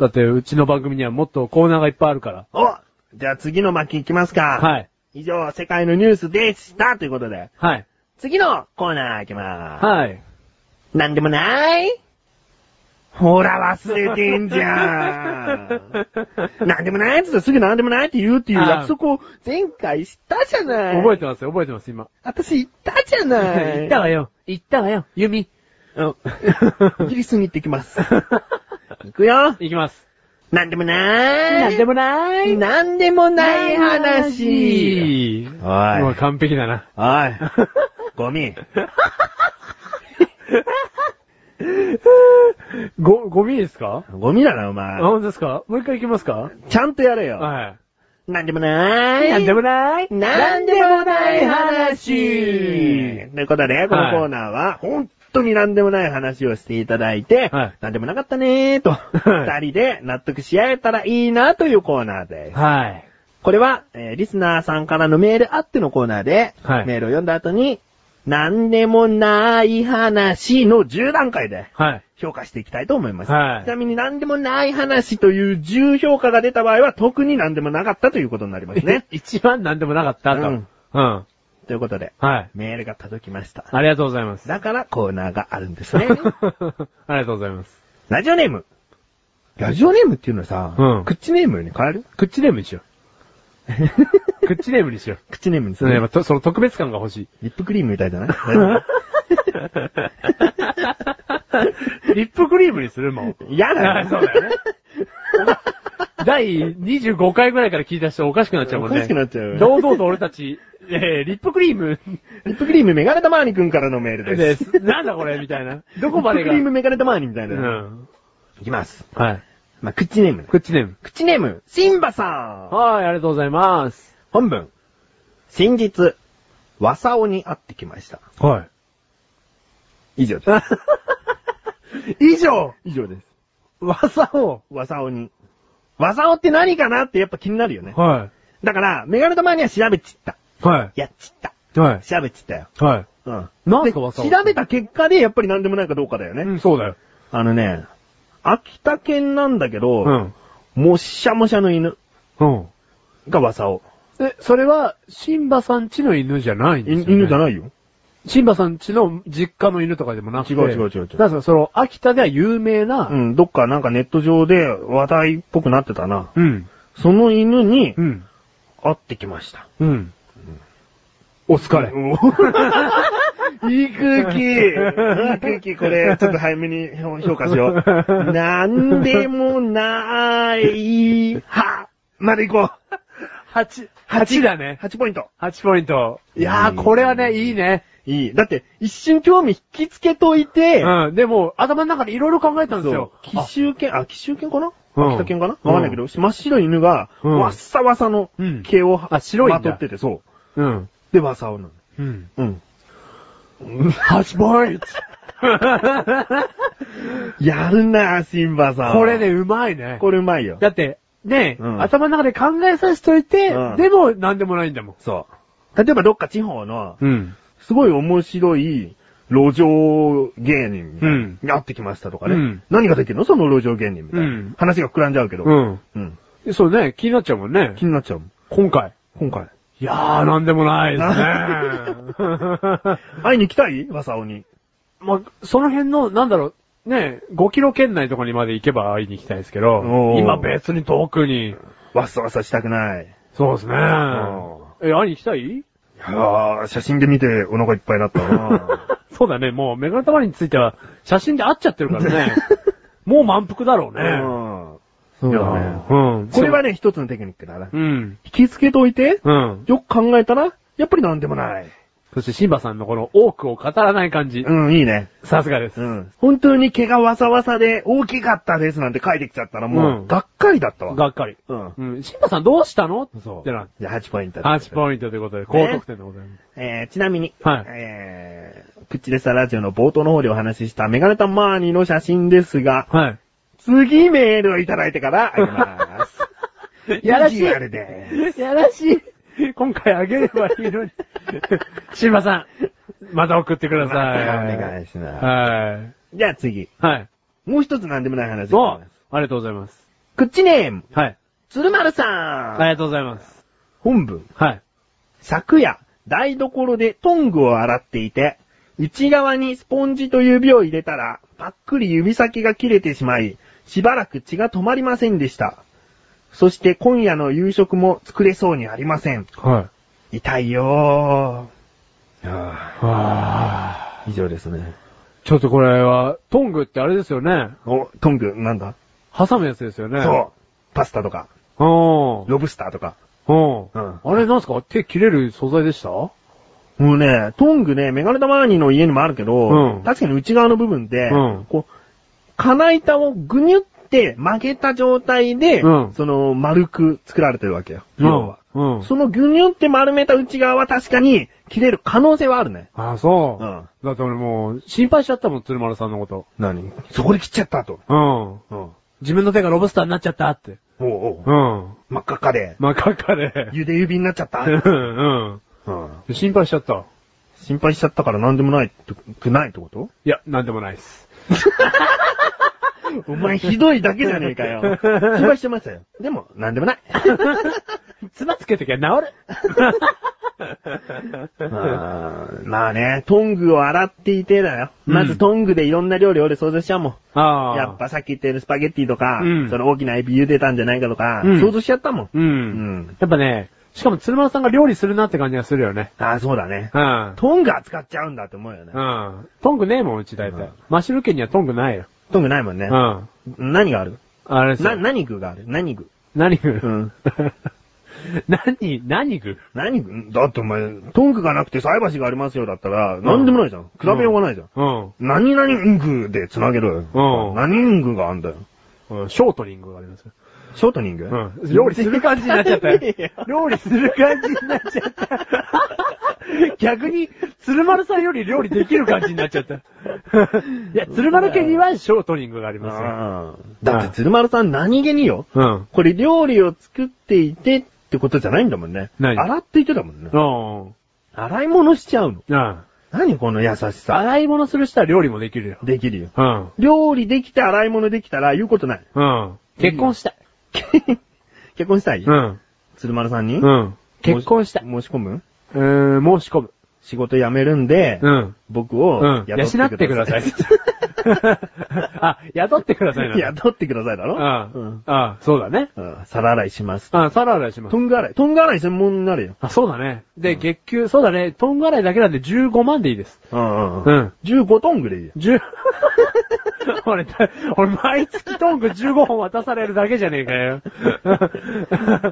B: だって、うちの番組にはもっとコーナーがいっぱいあるから。
A: おじゃあ次の巻いきますか。
B: はい。
A: 以上、世界のニュースでしたということで、
B: はい。
A: 次のコーナーいきます。
B: はい。
A: なんでもないほら、忘れてんじ
B: [LAUGHS]
A: ゃん。 [LAUGHS] なんでもないって言ったらすぐなんでもないって言うっていう約束を前回したじゃない。
B: 覚えてますよ、覚えてます、今。
A: 私言ったじゃない。
B: 行ったわよ、行ったわよ、ユ [LAUGHS] ミ。
A: うん。イギリスに行ってきます。 [LAUGHS] 行くよ。
B: 行きます。
A: なんでもな
B: な
A: い。
B: んでもなーい。
A: なんでもない話。
B: は。
A: はいい
B: もう完璧だな。
A: お
B: [LAUGHS]
A: い。ゴミ。
B: ご、ゴミですか
A: ゴミだな、お前
B: あ、。本当ですかもう一回行きますか
A: ちゃんとやれよ。
B: は。
A: なんでもないい。
B: なんでもなーい。
A: なんでもない話ということで、このコーナーは、本当になんでもない話をしていただいて、
B: はい
A: なんでもなかったねーと、
B: は
A: 二人で納得し合えたらいいなというコーナーです。
B: はい。
A: これは、えーリスナーさんからのメールあってのコーナーで、
B: はい
A: メールを読んだ後に、なんでもない話の10段階で
B: はい。
A: 評価していきたいと思います。
B: はい。
A: ちなみになんでもない話という10評価が出た場合は、特になんでもなかったということになりますね
B: [LAUGHS] 一番なんでもなかったと。
A: う
B: うんん。は
A: ということで、
B: い。
A: メールが届きました。
B: ありがとうございます。
A: だからコーナーがあるんです
B: [LAUGHS]
A: ね。
B: ありがとうござい [LAUGHS] ます。
A: [LAUGHS] ラジオネーム。ラジオネームっていうのはさ、
B: うん
A: 口ネームに変える
B: クッチネームにしよ [LAUGHS] う。クッチネームにしよう。
A: 口ネームにす
B: その
A: る、
B: やっぱとその特別感が欲
A: [LAUGHS]
B: しい。
A: リップクリームみたいじゃない大丈夫
B: リップクリームにするもん。
A: [LAUGHS] 嫌だよ。
B: そうだよね。第25回ぐらいから聞いた人おかしくなっちゃうもんね。
A: おかしくなっちゃうよね
B: 堂々と俺たち、えー、リップクリーム
A: [LAUGHS] リップクリームメガネタマーニくんからのメー
B: で
A: ルです。 [LAUGHS]
B: す。なんだこれみたいな。どこまで
A: リップ
B: が。
A: クリームメガネタマーニみたいうな。
B: ん。
A: いきます。
B: はい。
A: まあ、口ネーム。
B: クッチネーム。
A: 口ネーム、シンバさん。
B: はい、ありがとうございます。
A: 本文。先日、ワサオに会ってきました。
B: は
A: 以上です。
B: い。以上
A: [LAUGHS] 以上です。
B: 技を。
A: ワサオに。ワサオって何かなってやっぱ気になるよね。
B: は
A: だから、メガネタマーニは調べちった。
B: い。は
A: やっちった。
B: い。は
A: 調べちったよ。
B: い。はい。
A: うん。
B: なん
A: で
B: かわ
A: 調
B: さお
A: べた結果で、やっぱり何でもないかどうかだよね。
B: うん、そうだよ。
A: あのね、秋田県なんだけど、
B: うん。
A: もっしゃもしゃの犬
B: うん。
A: がワサオ。
B: え、それは、シンバさんちの犬じゃないんですよ、ね。
A: い犬じゃ
B: い
A: ないよ。
B: シンバさんちの実家の犬とかでもなくて。
A: 違う違う違う違う
B: なんかその、秋田では有名
A: う
B: な、
A: ん、どっかなんかネット上で話題っぽくなってたな。
B: うん。
A: その犬に
B: うん。
A: 会ってきました。
B: うん。お疲れ。
A: うんいい空気。いい空気、こ [LAUGHS] れ、ちょっと早めに評価しよう。なんでもない、は、まで行こう。
B: 8、8だね。
A: 8ポイント。
B: 8ポイント。いや
A: うん
B: ー、これはね、いいね。
A: いい。だって、一瞬興味引きつけといて、
B: うん。でも、頭の中でいろいろ考えたんですよ。
A: 奇襲犬、あ、奇襲犬かな
B: うん
A: 秋田犬かなわかんないけど、真っ白い犬が、
B: うん
A: わっさわさの
B: うん
A: 毛を、
B: あ白いんだ
A: まとってて、そう。
B: うん。
A: で、わさわなの。
B: うん。
A: うん。
B: 8ポ
A: [LAUGHS]
B: イント
A: やるな、シンバさん。
B: これね、、うまいね。
A: これうまいよ。
B: だって、ね、
A: うん
B: 頭の中で考えさせといて、
A: うん
B: でも、なんでもないんだもん。
A: そう。例えばどっか地方の、
B: うん。
A: すごい面白い路上芸人みたいな
B: うん
A: に会ってきましたとかね。
B: うん
A: 何ができるのその路上芸人みたいな、
B: うん
A: 話が膨らんじゃうけど。
B: うん。
A: うん
B: そうね、気になっちゃうもんね
A: 気。になっちゃうもん。
B: 今回。
A: 今回。
B: いやー、なんでもないですね。
A: [LAUGHS]
B: [LAUGHS]
A: 会いに行きたいわさおに。
B: まあ、その辺の、なんだろう、ね、5キロ圏内とかにまで行けば会いに行きたいですけ
A: お
B: ど
A: ー、
B: 今別に遠くに。
A: わっさわさしたくない。
B: そうですね。え、会いに行きたい [LAUGHS]
A: いやー、写真で見てお腹いっぱいだっ
B: [LAUGHS]
A: たな
B: そうだね、もうメガネたまりについては写真で会っちゃってるから
A: [LAUGHS]
B: ね。もう満腹だろうね。
A: うん。そうだね。
B: うん。
A: これはね、一つのテクニックだな。
B: うん。
A: 引きつけといて、
B: うん。
A: よく考えたら、やっぱりなんでもない。
B: そして、シンバさんのこの多くを語らない感じ。
A: うん、いいね。
B: さすがです
A: う。ん。本当に毛がわさわさで大きかったですなんて書いてきちゃったらもう、
B: うん
A: がっかりだったわ。
B: がっかり。
A: うん。
B: うん。シンバさんどうしたの
A: そう。
B: じゃな
A: じゃあ8ポイント。
B: 8ポイントということで、高得点でございます。
A: えー、ちなみに、
B: はい
A: えー、クッチレスタラジオの冒頭の方でお話ししたメガネタマーニの写真ですが、
B: はい。
A: 次メールをいただいてからあげます。
B: [LAUGHS] やらしい
A: ビジュアルで。
B: やらしい。今回あげればいいのに。シンバさん、また送ってください。
A: またお願いします
B: はい。
A: じゃあ次。
B: はい。
A: もう一つなんでもない話。
B: どうありがとうございます。
A: クッチネーム、
B: はい。
A: 鶴丸さ
B: あ
A: ん。
B: りがとうございます。
A: 本文。
B: はい。
A: 昨夜、台所でトングを洗っていて、内側にスポンジと指を入れたら、ぱっくり指先が切れてしまい、しばらく血が止まりませんでした。そして今夜の夕食も作れそうにありません。
B: はい。
A: 痛いよー。
B: あ
A: 以上ですね。
B: ちょっとこれは、トングってあれですよね。
A: お、トング、なんだ、
B: 挟むやつですよね。
A: そう。パスタとか、
B: う。うん。
A: ロブスターとか。
B: うん。
A: うん
B: あれなんすか手切れる素材でした
A: もうね、トングね、メガネ玉マーニの家にもあるけど、
B: うん
A: 確かに内側の部分で、
B: うん
A: こう、金板をぐにゅって曲げた状態で、
B: うん
A: その丸く作られてるわけよ。要は。
B: うん。うん。
A: そのぐにゅって丸めた内側は確かに切れる可能性はあるね。
B: あ、そうう。
A: ん
B: だって俺もう、心配しちゃったもん、鶴丸さんのこと。
A: 何そこで切っちゃったと。
B: うん。
A: うん。おう
B: 自分の手がロブスターになっちゃったって。
A: お
B: う
A: う。
B: ん。
A: 真っ赤っかで、
B: まあ、かかれ。
A: ゆで指になっちゃった。
B: うん。
A: うん
B: うん。心配しちゃった。
A: 心配しちゃったから何でもないって、くないってこと
B: いや、なんでもないっす。
A: お前ひどいだけじゃねえ
B: [LAUGHS]
A: かよ。心配してましたよ。でも、何でもない。
B: つばつけときゃ治る。 [LAUGHS]
A: あーまあね、トングを洗っていてだよ。
B: うん
A: まずトングでいろんな料理俺想像しちゃうもん。
B: ああ。
A: やっ。ぱさっき言ったようにスパゲッティとか、
B: うん
A: その大きなエビ茹でたんじゃないかとか、
B: うん
A: 想像しちゃったもん。
B: う。
A: うんん。
B: やっぱね、しかも鶴丸さんが料理するなって感じがするよね。
A: ああ、そうだね。
B: うん。
A: トング扱っちゃうんだって思うよね
B: う。ん。トングねえもん、うち大
A: うん
B: 体。マシュル家にはトングないよ。
A: トングないもん
B: う
A: ね。
B: ん。
A: 何がある
B: あれです
A: な、
B: よ。
A: 何具がある何具
B: 何
A: う
B: 具
A: ん。
B: [LAUGHS] 何、何具
A: 何具だってお前、トングがなくて菜箸がありますよだったら、何でもないじゃん。比べようがないじゃん。
B: うん。
A: 何々具で繋げる。
B: うん
A: 何具があんだよ。
B: うんショートリングがありますよ。
A: ショートニング
B: うん。料理する感じになっちゃ [LAUGHS] ったよ
A: いや。
B: 料理する感じになっちゃ [LAUGHS] った。逆に、鶴丸さんより料理できる感じになっちゃった。いや、鶴丸家にはショートリングがありますよ。
A: だって鶴丸さん何気によ。
B: うん。
A: これ料理を作っていてってことじゃないんだもんね。
B: ない
A: 洗っていてだもんね
B: う。ん。
A: 洗い物しちゃうの。
B: うん。
A: 何この優しさ。
B: 洗い物する人は料理もできるよ。
A: できるよ。
B: うん。
A: 料理できて洗い物できたら言うことない。 [LAUGHS]
B: うん。結婚したい。
A: 結婚したい
B: うん。
A: 鶴丸さんに
B: うん。結婚したい。
A: 申し込む
B: うーん、申し込む。
A: 仕事辞めるんで、
B: うん。
A: 僕
B: う
A: を
B: ん。
A: 雇
B: 養ってください。 [LAUGHS] あ、雇ってくださいな。
A: [LAUGHS] 雇ってくださいだろ
B: あ
A: う
B: あ
A: ん、
B: ああ、そうだね。
A: うん。皿洗いします。
B: ああ、皿洗いします
A: ト。ング洗い。トング洗い専門になるよ。
B: あ、そうだね。で、月給、そうだね。トング洗いだけなんで15万でいいです。
A: うん
B: うん。
A: 15トングでいいよ。
B: [LAUGHS] 十俺、た俺、毎月トング15本渡されるだけじゃねえか [LAUGHS] よ。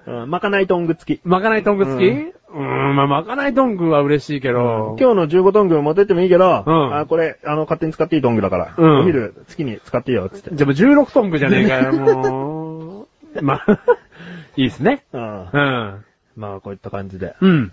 A: うんまかないトング付き。
B: まかないトング付きうーん、まあ、まかないトングは嬉しいけど。
A: 今日の15トング持ってってもいいけど、
B: うん
A: あ、これ、あの、勝手に使っていいトングだから、
B: うん
A: お昼、好きに使っていいよ、つって。
B: でも16トングじゃねえか [LAUGHS] よ、もう。まあ、いいですね。
A: うん
B: う。ん。
A: まあ、こういった感じで。
B: うん。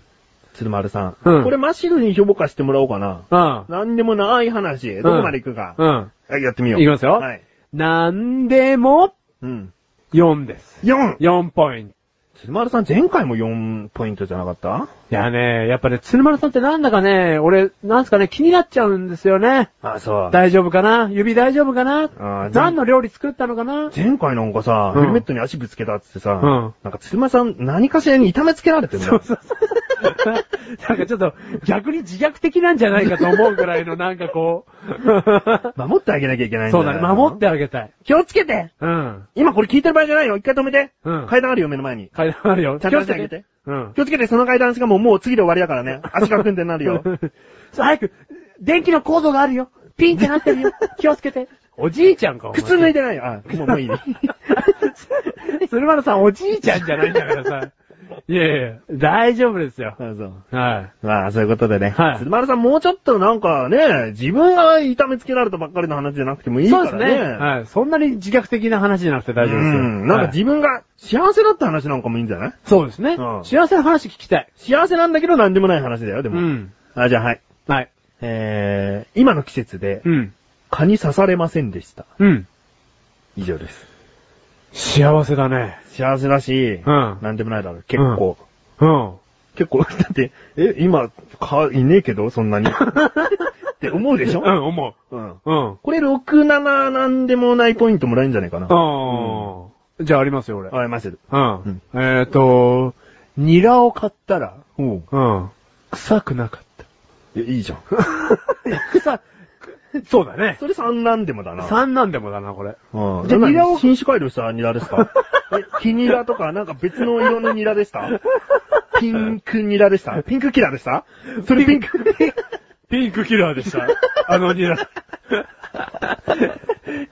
A: 鶴丸さん。
B: うん
A: これ、マシルに評価してもらおうかな。
B: うん。
A: なんでもない話。どこまで行くか。
B: うん。
A: はい、やってみよう。
B: いきますよ
A: はい。
B: なんでも、
A: うん。
B: 4です。
A: 4!
B: 4ポイント。
A: 鶴丸さん、前回も4ポイントじゃなかった
B: いやね、やっぱね、鶴丸さんってなんだかね、俺、なんすかね、気になっちゃうんですよね。
A: あ、そう。
B: 大丈夫かな指大丈夫か
A: あ
B: な
A: ー
B: 何の料理作ったのかな
A: 前回なんかさ、
B: うん
A: ヘルメットに足ぶつけたっつってさ、
B: ん
A: なんか鶴丸さん何かしらに痛めつけられてるんだよ。
B: そうそう。 [LAUGHS] なんかちょっと、逆に自虐的なんじゃないかと思うぐらいの、なんかこ
A: [LAUGHS]
B: う。
A: 守ってあげなきゃいけないんだ
B: そ
A: よ。
B: うだね、守ってあげたい。
A: 気をつけて
B: うん。
A: 今これ聞いてる場合じゃないよ一回止めて、
B: うん
A: 階段あるよ、目の前に。
B: 階段あるよ。
A: ちゃんとしてあげて
B: 気をつうん。
A: 気をつけて、その階段しかもうもう次で終わりだからね。足が組んでな
B: [LAUGHS]
A: るよ。
B: そう早く、電気のコードがあるよ。ピンってなってるよ。気をつけて。おじいちゃんか、お前
A: 靴脱いでないよ。あ、もうもういい。
B: [LAUGHS] 鶴丸さんおじいちゃんじゃないんだからさ。いやいや、大丈夫ですよ。
A: あそう
B: はい。
A: まあ、そういうことでね。
B: はい
A: 鶴丸さん、もうちょっとなんかね、自分が痛めつけられたばっかりの話じゃなくてもいい
B: そ
A: か
B: う
A: ら
B: です
A: ね。
B: ね。はい。そんなに自虐的な話じゃなくて大丈夫ですよ。
A: うん。なんか
B: はい
A: 自分が幸せだった話なんかもいいんじゃない
B: そうですね
A: うん。
B: 幸せな話聞きたい。
A: 幸せなんだけど何でもない話だよ、でも。
B: ん。
A: あ、じゃあはい。
B: はい。
A: えー、今の季節で、
B: うん。
A: 蚊に刺されませんでした。
B: うん。
A: 以上です。
B: 幸せだね。
A: 幸せだし、
B: うん
A: なんでもないだろう、結構。
B: うん。
A: 結構、だって、え、今、蚊いねえけど、そ
B: [LAUGHS]
A: んなに。って思うでし
B: う
A: ょ
B: ん、思
A: うん。
B: う。うん。
A: これ6、7なんでもないポイントもらえるんじゃないかな。
B: ああ。じゃあありますよ、俺。
A: あ、います。
B: うん。えっと、ニラを買ったら、
A: おう
B: うん。臭くなか
A: [LAUGHS]
B: った。
A: いやい
B: [LAUGHS]
A: いじゃん。
B: 臭、そうだね。
A: それ3なんでもだな。
B: 三なんでもだな、これ。
A: うん。
B: じゃあニラを
A: 品種改良したニラです
B: [LAUGHS]
A: かえ、黄ニラとか、なんか別の色のニラでした
B: [LAUGHS]
A: ピンクニラでしたピンクキラーでしたそれピンク、
B: ピンクキラーでした。 [LAUGHS] あのニ [LAUGHS] ラ。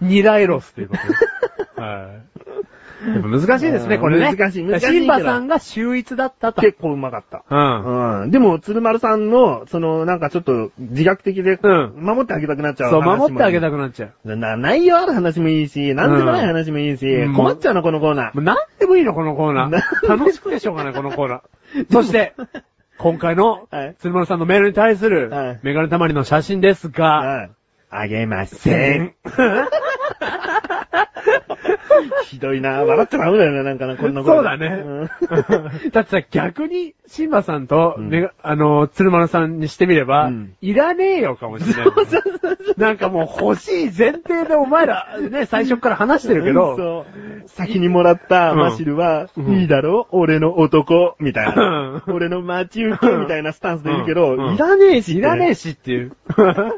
B: ニラエロスっていうこと。 [LAUGHS] はい。やっぱ難しいですね、これね。
A: 難しい難しいけど
B: シンバさんが秀逸だったと。
A: [LAUGHS] 結構うまかった。
B: うん。
A: うん。でも、鶴丸さんの、その、なんかちょっと自虐的で、
B: うん
A: 守ってあげたくなっちゃう
B: そう、
A: 話も
B: 守ってあげたくなっちゃう。
A: な、内容ある話もいいし、なんでもない話もいいし、
B: うん
A: 困っちゃうな、このコーナー
B: も。う何でもいいの、このコーナ
A: な
B: ー。楽しくてしょうがない、このコーナー。そ [LAUGHS] して、今回の
A: はい、
B: 鶴丸さんのメールに対する
A: はい、
B: メガネたまりの写真ですが、
A: うんあげません。 [LAUGHS] ひどいな。笑っちゃダメだよね、なんかな、こんなこと。
B: そうだね
A: ん
B: だってさ、逆に、シンバさんと、
A: うん
B: ねあの、鶴丸さんにしてみれば、
A: うん
B: いらねえよかもしれない。なんかもう欲しい前提でお前ら、ね、最初から話してるけ
A: うん
B: ど、
A: そう。先にもらった
B: うん
A: マシルは、
B: うん
A: いいだろ俺の男、みたいな。
B: うん
A: 俺の待ち受け、みたいなスタンスで言うけど、
B: うんうん
A: いらねえし、
B: いらねえ
A: し。
B: しっていう。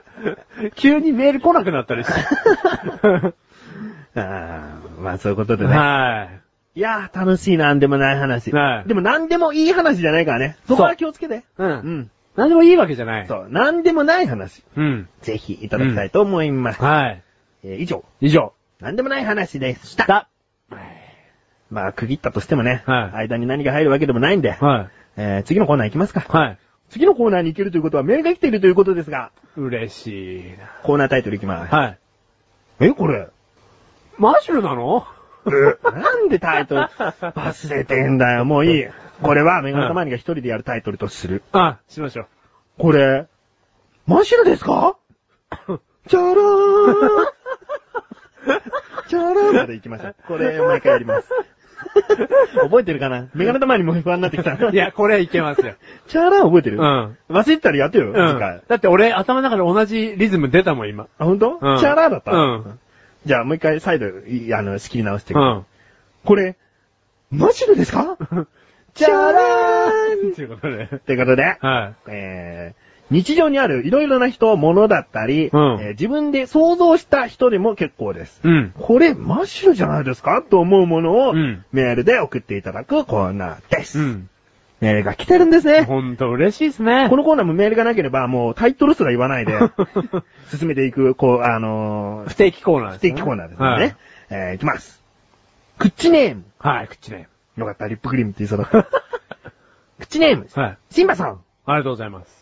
B: [LAUGHS] 急にメール来なくなったりして。
A: あーまあそういうことでね。
B: はい。
A: いやー、楽しいなんでもない話。
B: はい
A: でもなんでもいい話じゃないからね。そこ
B: そ
A: は
B: う
A: 気をつけて。
B: う。
A: うんん。
B: 何でもいいわけじゃない。
A: そう。なんでもない話。
B: うん。
A: ぜひいただきたいと思います。
B: はい。
A: えー以上。
B: 以上。
A: なんでもない話でした。
B: だ。
A: まあ、区切ったとしてもね、
B: はい
A: 間に何が入るわけでもないんで、
B: はい。
A: えー次のコーナー行きますか。
B: はい。
A: 次のコーナーに行けるということはメールが来ているということですが、
B: 嬉しいな。
A: コーナータイトル行きます。
B: はい。
A: え、これ
B: マシュルなの
A: えなんでタイト
B: [LAUGHS]
A: ル忘れてんだよ、もういい。これはメガネたまにが一人でやるタイトルとする。
B: あ、しましょ
A: これ、マシュルですか
B: う。 [LAUGHS]
A: チャラーン [LAUGHS] チャラーンまで行きましょう。これ、毎回やります。 [LAUGHS] 覚えてるかなメガネたまにも不安になってき [LAUGHS] た。
B: いや、これいけます
A: [LAUGHS]
B: よ。
A: チャラーン覚えて
B: う
A: る
B: ん。
A: 忘れてたらやって
B: う
A: よ、
B: ん。
A: 次回。
B: だって俺、頭の中で同じリズム出たもん、今。
A: あ、ほんと
B: うん
A: チャラーだった
B: うん。
A: じゃあ、もう一回再度、いあの、仕切り直して
B: う。
A: [LAUGHS]
B: ん。
A: これ、マジでですか [LAUGHS] チャラーン
B: ということで。
A: ということで、
B: は
A: えー、日常にあるいろいろな人、物だったり、
B: うん
A: えー自分で想像した人でも結構です。
B: うん。
A: これ、マッシュルじゃないですかと思うものを、
B: うん
A: メールで送っていただくコーナーです。
B: うん。
A: メールが来てるんですね。
B: ほんと嬉しいですね。
A: このコーナーもメールがなければ、もうタイトルすら言わないで、進めていく、こう、あのー
B: 不定期コーナー
A: 不
B: ですね。
A: 定期コーナーです
B: は
A: ね。
B: い。
A: えー、いきます。クッチネーム。
B: はい、口ね。
A: よかった、リップクリームって言いそうだった。クッチネーム。
B: はい。
A: シンバさん。
B: ありがとうございます。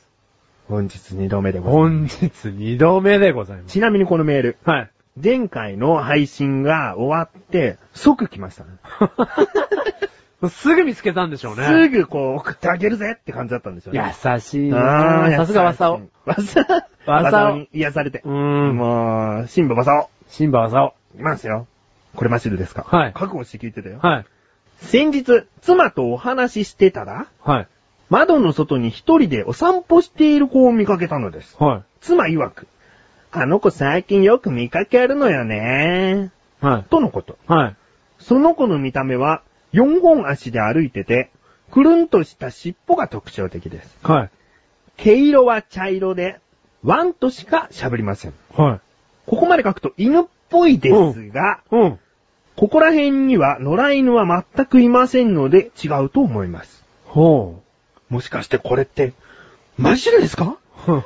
A: 本日2度目でございま。
B: 本日二度目でございますす。
A: ちなみにこのメール、 [LAUGHS]
B: はい。
A: 前回の配信が終わって、即来ましたね。
B: すぐ見つけたんでしょうね。
A: すぐこう送ってあげるぜって感じだったんですよね。
B: 優しい
A: あ
B: な
A: ー優しい
B: さすがわさお。。
A: わさお。
B: わさお
A: わさおに癒されて
B: う。ーん。
A: もう、シンバわさ
B: シンバわさ
A: お。いますよ。これマシルですか
B: はい
A: 覚悟して聞いてたよ
B: お。。はい。
A: 先日、妻とお話ししてたら、
B: はい。
A: 窓の外に一人でお散歩している子を見かけたのです。
B: は
A: 妻曰く、あの子最近よく見かけるのよね。
B: い。はい。
A: とのこと。
B: はい。
A: その子の見た目は、四本足で歩いてて、くるんとした尻尾が特徴的です。
B: はい。
A: 毛色は茶色で、ワンとしか喋りません。
B: はい。
A: ここまで書くと犬っぽいですが、
B: うん。
A: ここら辺には野良犬は全くいませんので違うと思います。
B: ほ
A: もしかしてこれって、マジですか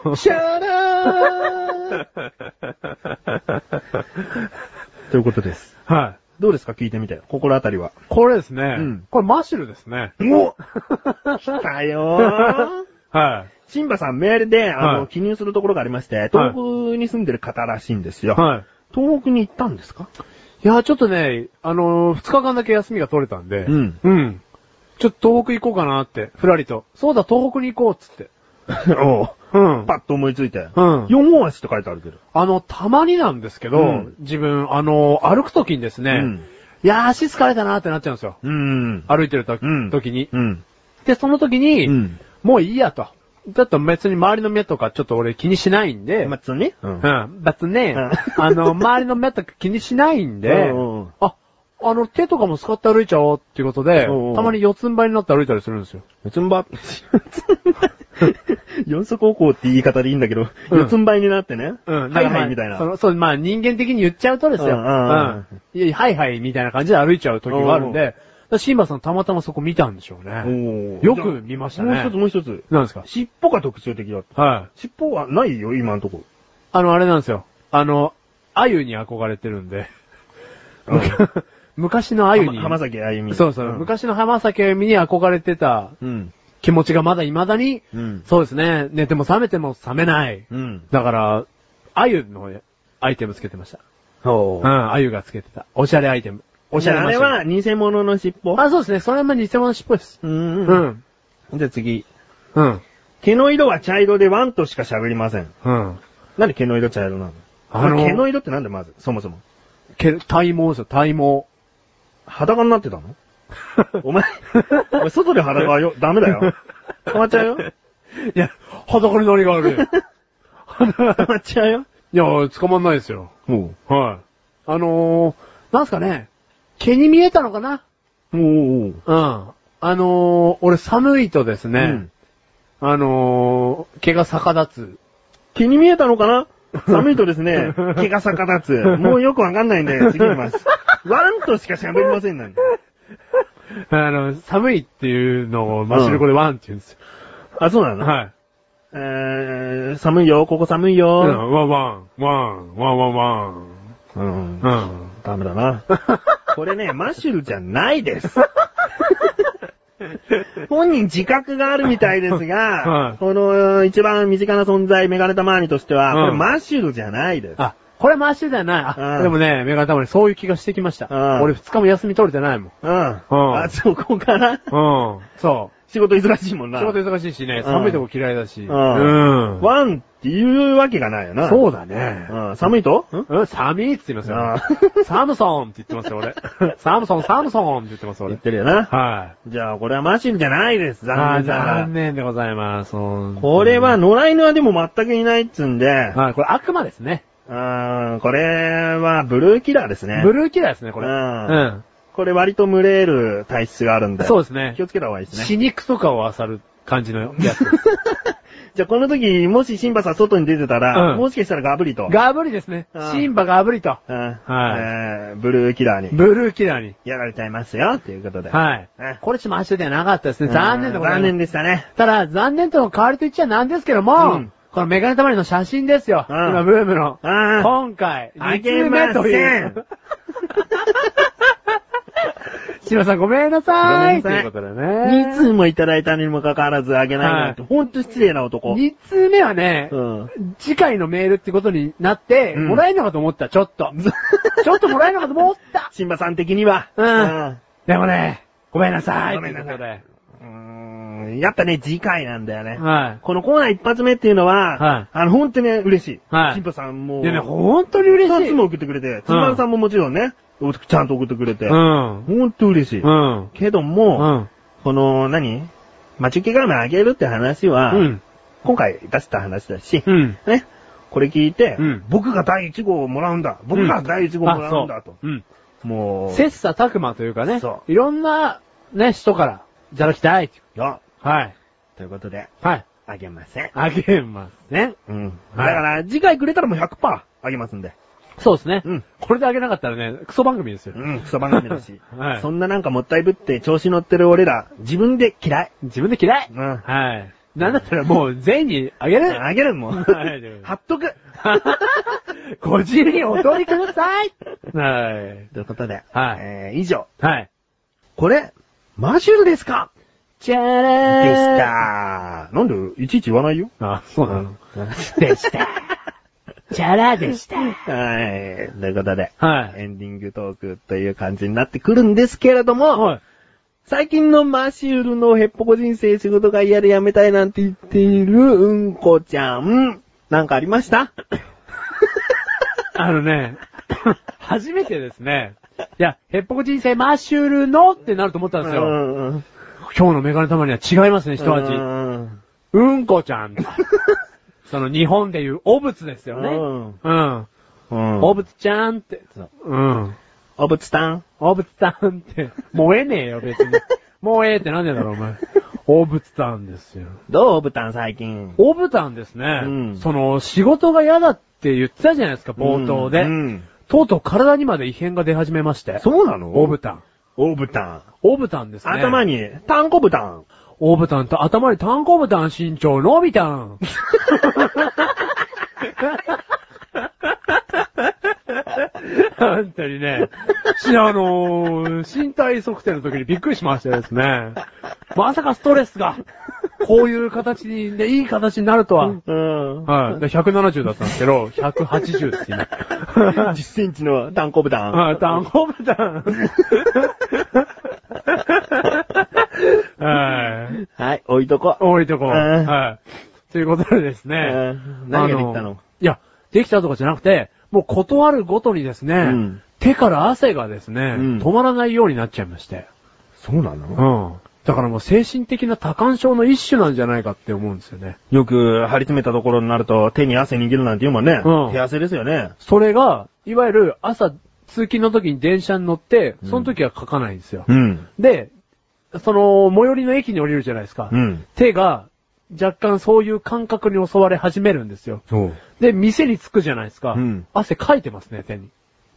B: う。[LAUGHS]
A: [LAUGHS] シャ [LAUGHS] ラーということです。
B: はい。
A: どうですか聞いてみて。心当たりは。
B: これですね。
A: うん
B: これマッシュルですね。
A: お [LAUGHS] 来たよー。
B: は
A: シンバさんメールで、あの、
B: はい
A: 記入するところがありまして、東北に住んでる方らしいんです
B: い。
A: よ。
B: はい。
A: 東北に行ったんですか
B: いや、ちょっとね、あのー二日間だけ休みが取れたんで、
A: うん
B: うん。ちょっと東北行こうかなって、ふらりと。そうだ、東北に行こうっつって。
A: [LAUGHS] おう
B: うん。
A: パッと思いついて。
B: うん
A: 4本足って書いてあるけど。
B: あの、たまになんですけど、
A: うん
B: 自分、あのー歩くときにですね、
A: うん
B: いやー、足疲れたなーってなっちゃうんですよ。
A: うん。
B: 歩いてるとき、
A: うん
B: 時に。
A: うん。
B: で、その時に、
A: うん。
B: もういいやと。だと別に周りの目とかちょっと俺気にしないんで、
A: まあ、つね。うん
B: うん。別にね、
A: う
B: あの、周りの目とか気にしないんで、
A: うんうん
B: あ、あの、手とかも使って歩いちゃおうっていうことで、
A: うんうん
B: たまに四つん這いになって歩いたりするんですよ。
A: 四つんば、 [LAUGHS] 四足歩行って言い方でいいんだけど、
B: うん
A: 四つん這いになってね。はいはいみたい
B: そ
A: な。
B: の、そう、まあ人間的に言っちゃうとですよ。
A: うんうんうん
B: いやはいはいみたいな感じで歩いちゃう時があるん
A: うん
B: で、シンバさんたまたまそこ見たんでしょう
A: お
B: ね。
A: ー
B: よく見ました
A: もう
B: ね
A: 一つ。もう一つ。
B: なんですか
A: 尻尾が特徴的だった。
B: はい。
A: 尻尾はないよ、今のとこ。
B: あの、あれなんですよ。あの、アユに憧れてるんで。
A: うん
B: 昔のアユに。
A: 浜崎あゆみ。
B: そうそう。
A: ん
B: 昔の浜崎あゆみに憧れてた
A: うん。
B: 気持ちがまだ未だに、
A: うん。
B: そうですね。寝ても覚めても覚めない。
A: うん。
B: だから、アユのアイテムつけてました。
A: そう
B: う。ん、アユがつけてた。おしゃれアイテム。お
A: お
B: し
A: し
B: ゃ
A: ゃ
B: れ
A: れ。あ
B: マシュ
A: れは偽物の尻尾
B: ル。あ、そうですね。それも偽物の尻尾です。
A: う
B: うんん。
A: じゃあ次。
B: うん。
A: 毛の色は茶色でワンとしか喋りません。
B: うん。
A: なんで毛の色茶色なの
B: あの
A: ま毛の色ってなんでまず、そもそも。
B: け体毛ですよ、体毛。
A: 裸になってた [LAUGHS] のお前、お前外で裸はよ、ダメだよ。止まっちゃうよ。
B: いや、裸に何があ
A: [LAUGHS]
B: る
A: 止まっちゃうよ。
B: いや、捕まんないですよ。
A: も
B: はい。あのー、なんすかね。毛に見えたのかな
A: う。もう。
B: うん。あのー、俺寒いとですね、
A: うん
B: あのー、毛が逆立
A: 毛に見えたのかな寒いとです [LAUGHS] ね、毛が逆立つ。もうよくわかんないんで、次行きます。ワンとしか喋りませんなんで。
B: つ。 [LAUGHS] あの、寒いっていうのをマシルコでワンって言うんですよ。
A: あ、そうなの
B: はい。
A: えー、寒いよ、ここ寒いよ。
B: ワンワン、ワン、ワンワンワン。
A: うん
B: うん。
A: ダメだな。 [LAUGHS] これね、マッシュルじゃないです。
B: [LAUGHS]
A: 本人自覚があるみたいですが、
B: [LAUGHS] はい
A: この一番身近な存在、メガネタマーニとして
B: う
A: は、
B: ん
A: これマッシュルじゃないです。
B: あ、これマシルじゃない。あ、
A: うん
B: でもね、メガネたまにそういう気がしてきました。
A: うん
B: 俺二日も休み取れてないもん。
A: うん。あ、そこから、
B: うん。そ
A: 仕事忙しいもん
B: う。
A: な。
B: 仕事忙しいしね、
A: ん
B: 寒いとこ嫌いだし。
A: うん
B: うん
A: ワンっていうわけがないよな。
B: そうだね。
A: うん。寒いとん
B: うん、寒いって言いますよ。 [LAUGHS] サムソンって言ってますよ、
A: [LAUGHS]
B: 俺。サムソン、サムソンって言ってます、
A: 言っ
B: 俺。
A: てるよな。
B: はい。
A: じゃあ、これはマシュルじゃないです。
B: あー
A: 残念ながら
B: 残。念でございます。
A: これは
B: うん、
A: 野良犬はでも全くいないっつんで、
B: はい、これ悪魔ですね。
A: うーん、これはブルーキラーですね。
B: ブルーキラーですね、これ。
A: う
B: うんん。
A: これ割と群れる体質があるんで。
B: そう
A: う
B: ですね
A: 気を。つけた方がいいですね。 [LAUGHS]
B: 死肉とかを漁る感じのやつ。
A: じゃあこの時、もしシンバさん外に出てたら、
B: うん
A: もしかしたらガブリと。
B: ガブリですね
A: うん。
B: シンバガブリと。
A: うん
B: はい
A: えーブルーキラーに
B: ブルーキラーに。
A: やられちゃいますよ、ということで。
B: はい
A: うん。
B: これちょっと明日ではなかったですね。残念でございます。
A: 残念でしたね。
B: ただ、残念との代わりと言っちゃなんですけども、
A: うん
B: このメガネたまりの写真ですよ。
A: うん
B: 今、ブームの。
A: うん
B: 今回、
A: あ
B: 2
A: げ
B: 通
A: ま
B: 目と
A: せ
B: い [LAUGHS]
A: ん
B: う。シロさんごめんなさい
A: ごめんなさい
B: ということでね。
A: 2通もいただいたにもかかわらずあげないなんて、ほんと失礼な男。
B: 2通目はね、
A: うん。
B: 次回のメールってことになって、
A: うん
B: もらえるのかと思った、ちょっ
A: [LAUGHS]
B: と。ちょっともらえるのかと思った。
A: シンバさん的には。
B: うんでもね、ごめんなさい。
A: ごめんなさい
B: というこ
A: うん。うーんやっぱね、次回なんだよね
B: とで。はい。
A: このコーナー一発目っていうのは、
B: はい
A: あの、ほんとね、嬉しい。
B: はい
A: シンバさんも、
B: いやね、本当に嬉しい。
A: 2つも送ってくれて、つばるさんももちろんね、ちゃんと送ってくれて、
B: うん。
A: ほんと嬉しい。
B: うん。
A: けど
B: う
A: も、
B: ん。
A: この、何待ち受け画面あげるって話は、
B: うん。
A: 今回出した話だし、
B: うん。
A: ね、これ聞いて、
B: うん
A: 僕が第1号をもらうんだ、僕が第1号をもらうんだと
B: あ。そううん。
A: もう、い
B: 切磋琢磨というかね
A: そ、
B: いろんな、ね、人から、いただきたいってい
A: や
B: う。はい。
A: ということで、
B: はい。
A: あげません。
B: あげますね。
A: うん。だ
B: はい
A: から、次回くれたらもう100%あげますんで。
B: そうですね。
A: うん
B: これであげなかったらね、クソ番組ですよ。。
A: うん、クソ番組だし
B: [LAUGHS] はい
A: そんななんかもったいぶって調子乗ってる俺ら、自分で嫌い。
B: 自分で嫌い。
A: うん
B: はい。なんだったらもう全員にあげる。
A: [LAUGHS] あげるもん。
B: はい
A: 貼っとく。
B: [LAUGHS] ご自由にお取りください。はい。
A: ということで、
B: はい
A: えー、以上。
B: はい。
A: これ、マジュルですか
B: じゃ
A: で
B: らー
A: したなんで、いちいち言わないよ。
B: あ、そうなの
A: でした。
B: じゃらでした。
A: はい。ということで、
B: はい。
A: エンディングトークという感じになってくるんですけれども、
B: はい。
A: 最近のマシュルのヘッポコ人生仕事が嫌で辞めたいなんて言っているうんこちゃん。なんかありました
B: あのね、 [LAUGHS] 初めてですね。いや、ヘッポコ人生マッシュルのってなると思ったんです
A: う
B: よ。
A: んうんうん。
B: 今日のメガネたまには違いますね、一味
A: う。ん
B: うんこちゃ
A: [LAUGHS]
B: ん。その日本でいうおぶつですよ
A: う
B: ね。
A: ん
B: うん。
A: うん。
B: おぶつちゃんって
A: そう。
B: うん。
A: おぶつたん。
B: おぶつさんって、もうええねえよ、別
A: [LAUGHS]
B: に。もうええってなんでだろう、お前。おぶつさんですよ。
A: どうおぶたん最近。
B: おぶたんですね。
A: うん
B: その、仕事が嫌だって言ってたじゃないですか、冒頭で。
A: うんうん
B: とうとう体にまで異変が出始めまして。
A: そうなの
B: おぶたん。
A: おぶたん。
B: おぶたんですね。
A: 頭。に、たんこぶたん。
B: おぶたんと頭に単行ぶたん身長伸びたん。本当にね、しあのー身体測定の時にびっくりしましたですね。まさかストレスが、こういう形に、ね、いい形になるとは。
A: [LAUGHS] うん。
B: はい。で170だったんですけど、180です、今。
A: 10センチの単行部団。
B: あ、単行部
A: [LAUGHS]
B: だ。はい。
A: はい、置いとこ。
B: 置いとこう。
A: うん
B: はい。ということでですね
A: うん。何ができたの
B: あいや、できたとかじゃなくて、もう断るごとにですね、
A: うん
B: 手から汗がですね、
A: うん
B: 止まらないようになっちゃいまして。
A: そうな
B: う
A: の
B: ん。だからもう精神的な多感症の一種なんじゃないかって思うんですよね。
A: よく張り詰めたところになると手に汗握るなんて言うもんね。
B: うん
A: 手汗ですよね。
B: それが、いわゆる朝、通勤の時に電車に乗って、その時は書かないんですよ。
A: うん。
B: で、その、最寄りの駅に降りるじゃないですか。
A: うん。
B: 手が、若干そういう感覚に襲われ始めるんですよ。
A: そう。
B: で、店に着くじゃないですか。
A: うん
B: 汗かいてますね、手に。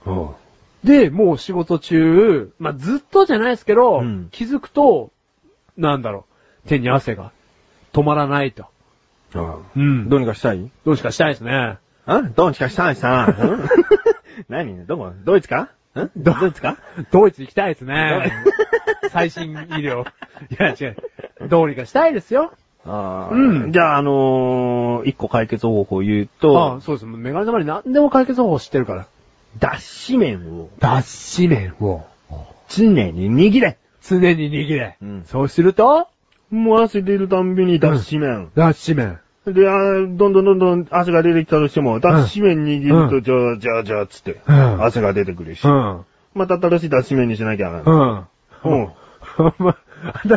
A: そ
B: で、もう仕事中、まあ、ずっとじゃないですけど、
A: うん
B: 気づくと、なんだろう、手に汗が止まらないと。
A: う。
B: うん
A: ど
B: ど
A: うにかしたい
B: どうしかしたいですね。
A: あどうにかしたいさ。ん [LAUGHS] 何どこドイツかん
B: ど
A: ドイツか
B: ドイツ行きたいです [LAUGHS] ね。最新医療。 [LAUGHS] いや、違う。どうにかしたいですよ。
A: ああ。
B: うん
A: じゃあ、あのー、一個解決方法を言う
B: あ
A: と
B: あ、、そうです。メガネ玉に何でも解決方法知ってるから。
A: 脱脂麺を
B: 脱脂麺を
A: 常に握れ。
B: 常に握れ。
A: うん
B: そうすると、
A: もう汗出るたんびに脱脂麺。
B: 脱脂麺。
A: で、あーどんどんどんどん汗が出てきたとしても、脱脂麺握
B: う
A: る
B: ん
A: と、じゃあ、じゃあ、じゃあ、つって、
B: うん
A: 汗が出てくるし、
B: ん。
A: また新しい脱脂麺にしなきゃな。
B: うん。
A: うん。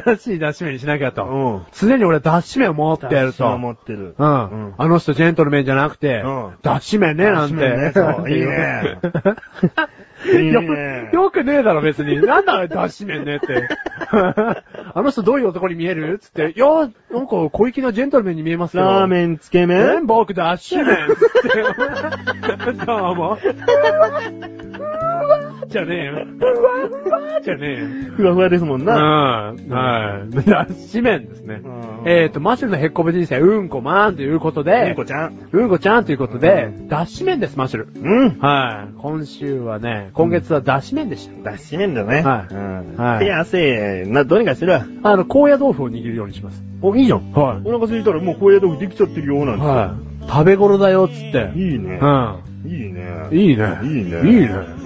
B: 新しい脱脂麺にしなきゃと。
A: うん
B: 常に俺脱脂麺を持ってやる
A: 脱脂
B: と。
A: 麺持ってる。
B: うん。あの人ジェントルメンじゃなくて、
A: うん
B: [LAUGHS] 脱脂麺ね、なんて。
A: 脱脂麺ねそういいねいい
B: [LAUGHS] よ
A: ね
B: よくねえだろ、別に。なんだ、出しめんねって。 [LAUGHS] あの人どういう男に見えるつって。いや、なんか小粋なジェントルメンに見えますけど。
A: ラーメン、つけ
B: え
A: 麺
B: 僕だしめんって。 [LAUGHS] どうも。じゃねえよ。じゃねえよ。
A: ふわふわですもん
B: うん。
A: な。
B: はい。だし麺ですね。
A: うん
B: えっと、マシュルのへっこぶ人生、うんこまーんということ
A: ね
B: で、
A: こちゃん。
B: うんこちゃんということで
A: う、
B: だし麺です、マシュル。
A: うん。
B: はい。今週はね、今月はだし麺でし
A: だし麺だね。
B: はい
A: うん。
B: はい
A: 手汗、な、どうにかしてる。
B: た。あの、高野豆腐を握るようにします。
A: お、いいじゃん。
B: は
A: お腹空いたらもう高野豆腐できちゃってるよ、なんて。
B: はい。食べ頃だよ、つって。
A: いいね
B: う。ん。
A: いいね。
B: いいね。
A: いいね
B: いいね。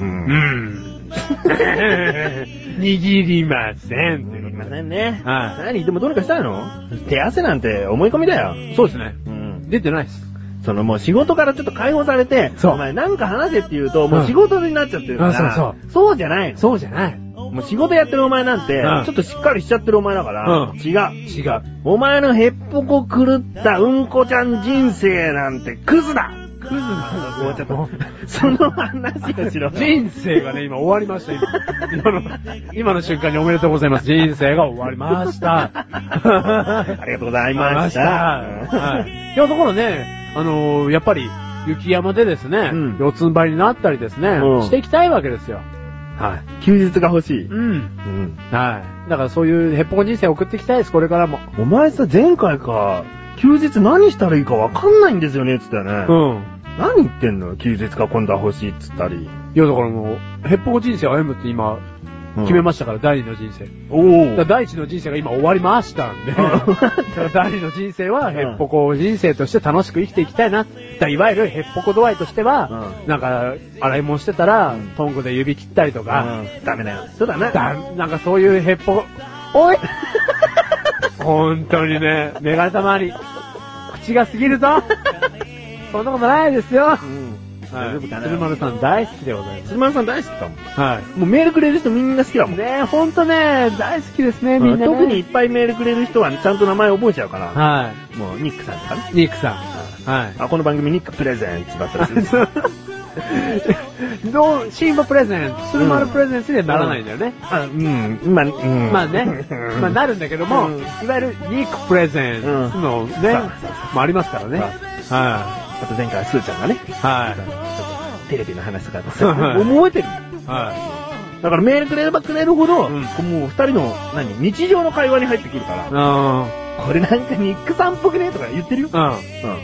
A: うん
B: ん。 [LAUGHS] 握りません。
A: すみませんね。
B: は
A: 何でもどうにかしたいの手汗なんて思い込みだよ。
B: い。そうですね。
A: うん。
B: 出てないです。
A: そのもう仕事からちょっと解放されて、
B: そう
A: お前なんか話せって言うと、もう仕事になっちゃってるか
B: う
A: ら、
B: んあそう
A: そう。そうじゃないの。
B: そうじゃない。
A: もう仕事やってるお前なんて、
B: うん
A: ちょっとしっかりしちゃってるお前だから、
B: うん
A: 違う。
B: 違う。
A: お前のへっぽこ狂ったうんこちゃん人生なんてクズだ
B: クズ
A: も
B: な
A: うちょっと、その話をし
B: [LAUGHS]
A: ろ。
B: 人生がね、今終わりました、今。今の、今の瞬間におめでとうございます。人生が終わりました。
A: [LAUGHS] ありがとうございました。
B: はい。今日のところね、あのーやっぱり、雪山でですね、
A: うん
B: 四つん這いになったりですね、
A: うん
B: していきたいわけですよ。
A: はい。休日が欲しい。
B: うん。
A: うん。
B: はい。だからそういうヘッポコ人生を送っていきたいです、これからも。
A: お前さ、前回か、休日何したらいいかわかんないんですよね、つったよね。
B: うん。
A: 何言ってんの休日か今度は欲しいっつったり。
B: いや、だからもう、ヘッポコ人生を歩むって今、決めましたから、第二の人生。
A: す。おお。
B: だから第一の人生が今終わりましたんで、だから第二の人生はヘッポコ人生として楽しく生きていきたいな。だからいわゆるヘッポコ度合いとしては、なんか、洗い物してたら、トングで指切ったりとか、
A: うんダメだよ。そうだな。
B: だなんかそういうヘッポコ、おい [LAUGHS] 本当にね、メガネたまわり、口が過ぎるぞそんなことないですよ
A: うん。大
B: は
A: 丈
B: い。
A: 夫か
B: 鶴
A: な。
B: 丸さん大好きでございます。
A: 鶴丸さん大好きかも。
B: は
A: もうメールくれる人みんな好きだもん。
B: ねえ、ほんとね、大好きですね、みんな、ね。
A: 特にいっぱいメールくれる人はちゃんと名前覚えちゃうから。
B: は
A: もうニックさんとかね。
B: い。ニックさん。はい。 [LAUGHS]
A: あ、この番組ニックプレゼンツだったらしいです。
B: どう、シンボプレゼント、スルマルプレゼントにはならないんだよね。
A: あ、うん。まあ、 [LAUGHS] うん。
B: まあね、
A: うん
B: まあなるんだけども、
A: うん
B: いわゆるニックプレゼントのね、
A: うん
B: まあありますからね。は
A: あと前回はスーちゃんがね、
B: い。は
A: テレビの話とか
B: はい
A: 覚えて
B: い。
A: る。
B: は
A: だからメールくれればくれるほど、
B: うん
A: こうもう二人の、何、日常の会話に入ってくるか
B: い。
A: ら、
B: う
A: これなんかニックさんっぽくねとか言ってるよ。
B: ん。うん。
A: うん。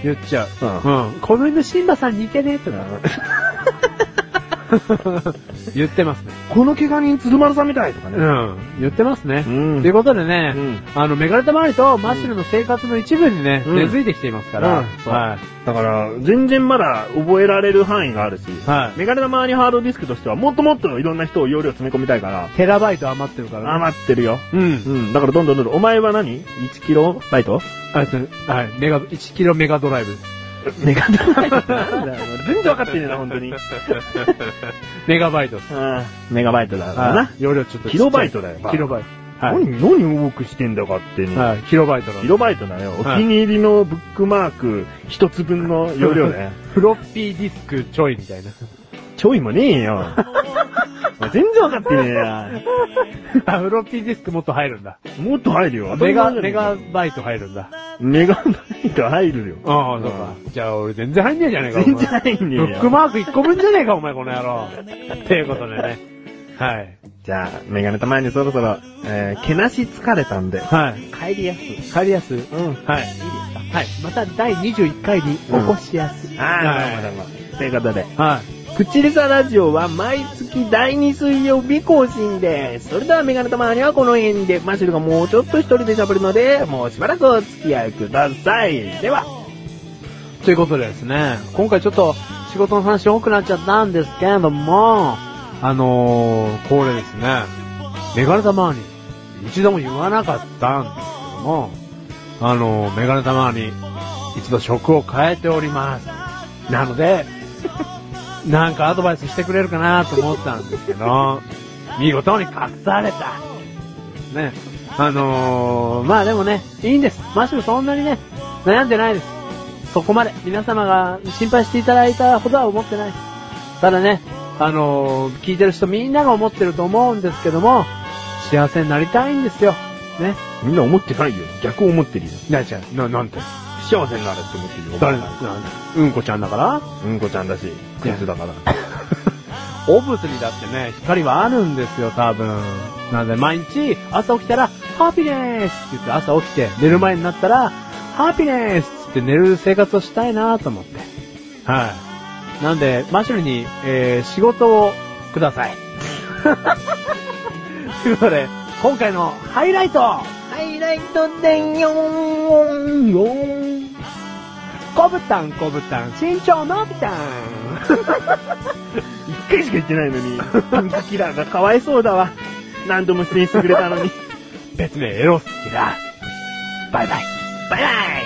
B: 言っちゃう。
A: うん
B: うん。この犬シンバさん似てねとか。言ってますね。
A: [LAUGHS] この怪我人鶴丸さんみたいとか
B: う
A: ね。
B: ん。言ってますね。
A: ん
B: ということでね、
A: うん
B: あの、メガネタ周りとマッシュルの生活の一部にね、
A: うん
B: 根付いてきていますから、
A: うん
B: はい。
A: だから、全然まだ覚えられる範囲があるし、
B: はい
A: メガネの周りハードディスクとしては、もっともっといろんな人を容量詰め込みたいから、
B: テラバイト余ってるからね。
A: 余ってるよ。
B: うん。
A: うん、だからどんどんどんどん、お前は何 ?1 キロバイ [LAUGHS] ト
B: あれですはい。メガ、1キロメガドライブです。
A: メガネバイトなんだよ。全然分かってねえな、本当に。
B: メガバイトです。
A: メガバイトだからな
B: は。い容量ちょっとちっちゃい。
A: キロバイトだよ
B: キロバイト。はい。
A: 何、何多くしてんだよ、勝手に。
B: はい。キロバイトの。
A: キロバイトだよ。お気に入りのブックマーク一つ分の容量だよ。
B: フロッピーディスクちょいみたいな。
A: [LAUGHS] ちょいもね
B: [LAUGHS]
A: えよ。全然分かってねえや。
B: あ、フロッピーディスクもっと入るんだ。
A: もっと入るよ。
B: メガ、
A: 当た
B: メ
A: り前じゃ
B: ガ
A: ね
B: バイト入るんだ。
A: えか。メガバイト入るよ。
B: ああ、そうか。じゃあ俺全然入んねえじゃねえか。お前
A: 全然入んねえ
B: ブック
A: よ。
B: マーク1個分じゃねえか、お前この野
A: [LAUGHS]
B: 郎。っていうことでね。はい。
A: じゃあ、メガネたまにそろそろ、えー、けなし疲れたんで。
B: はい。
A: 帰りやす。
B: 帰りやす。
A: うん。
B: はい。はい。また第21回に
A: お越
B: しやす。
A: ああ、どうもどうも。ということで、
B: は
A: プチレサラジオは毎月第2水曜日更新です。それではメガネたまにはこの辺で、マシュルがもうちょっと一人で喋るので、もうしばらくお付き合いください。では、
B: い。ということでですね、今回ちょっと仕事の話多くなっちゃったんですけれども、あのー、これですね、メガネたまわり、一度も言わなかったんですけども、あのー、メガネたまわり、一度職を変えております。なので、なんかアドバイスしてくれるかなと思ったんですけど、見事に隠された。ね。あのー、まあでもね、いいんです。マッシュルそんなにね、悩んでないです。そこまで皆様が心配していただいたほどは思ってないです。ただね、あのー聞いてる人みんなが思ってると思うんですけども、幸せになりたいんですよ。ね。
C: みんな思ってないよ。逆を思ってるよ。
B: なちゃん、
C: な、なんて。不幸せになれって思ってるよ。
B: 誰
C: お前
B: なんなんうんこちゃんだから
C: うんこちゃんだし、クイズだから。
B: オブスにだってね、光はあるんですよ、多分。なので、毎日、朝起きたら、ハピネスって言って、朝起きて、寝る前になったら、ハピネスって寝る生活をしたいなと思って。はい。なんで、マシュルに、えー、仕事をください。 [LAUGHS] ということで、今回のハイライト
A: ハイライトでよーん、よーん。
B: コブタン、コブタン、身長のびたん
A: 一回しか言ってないのに、
C: [LAUGHS]
A: パンクキラーがかわいそうだわ。何度も出演してくれたのに。
B: 別名エロスキラー。バイバイ。
A: バイバイ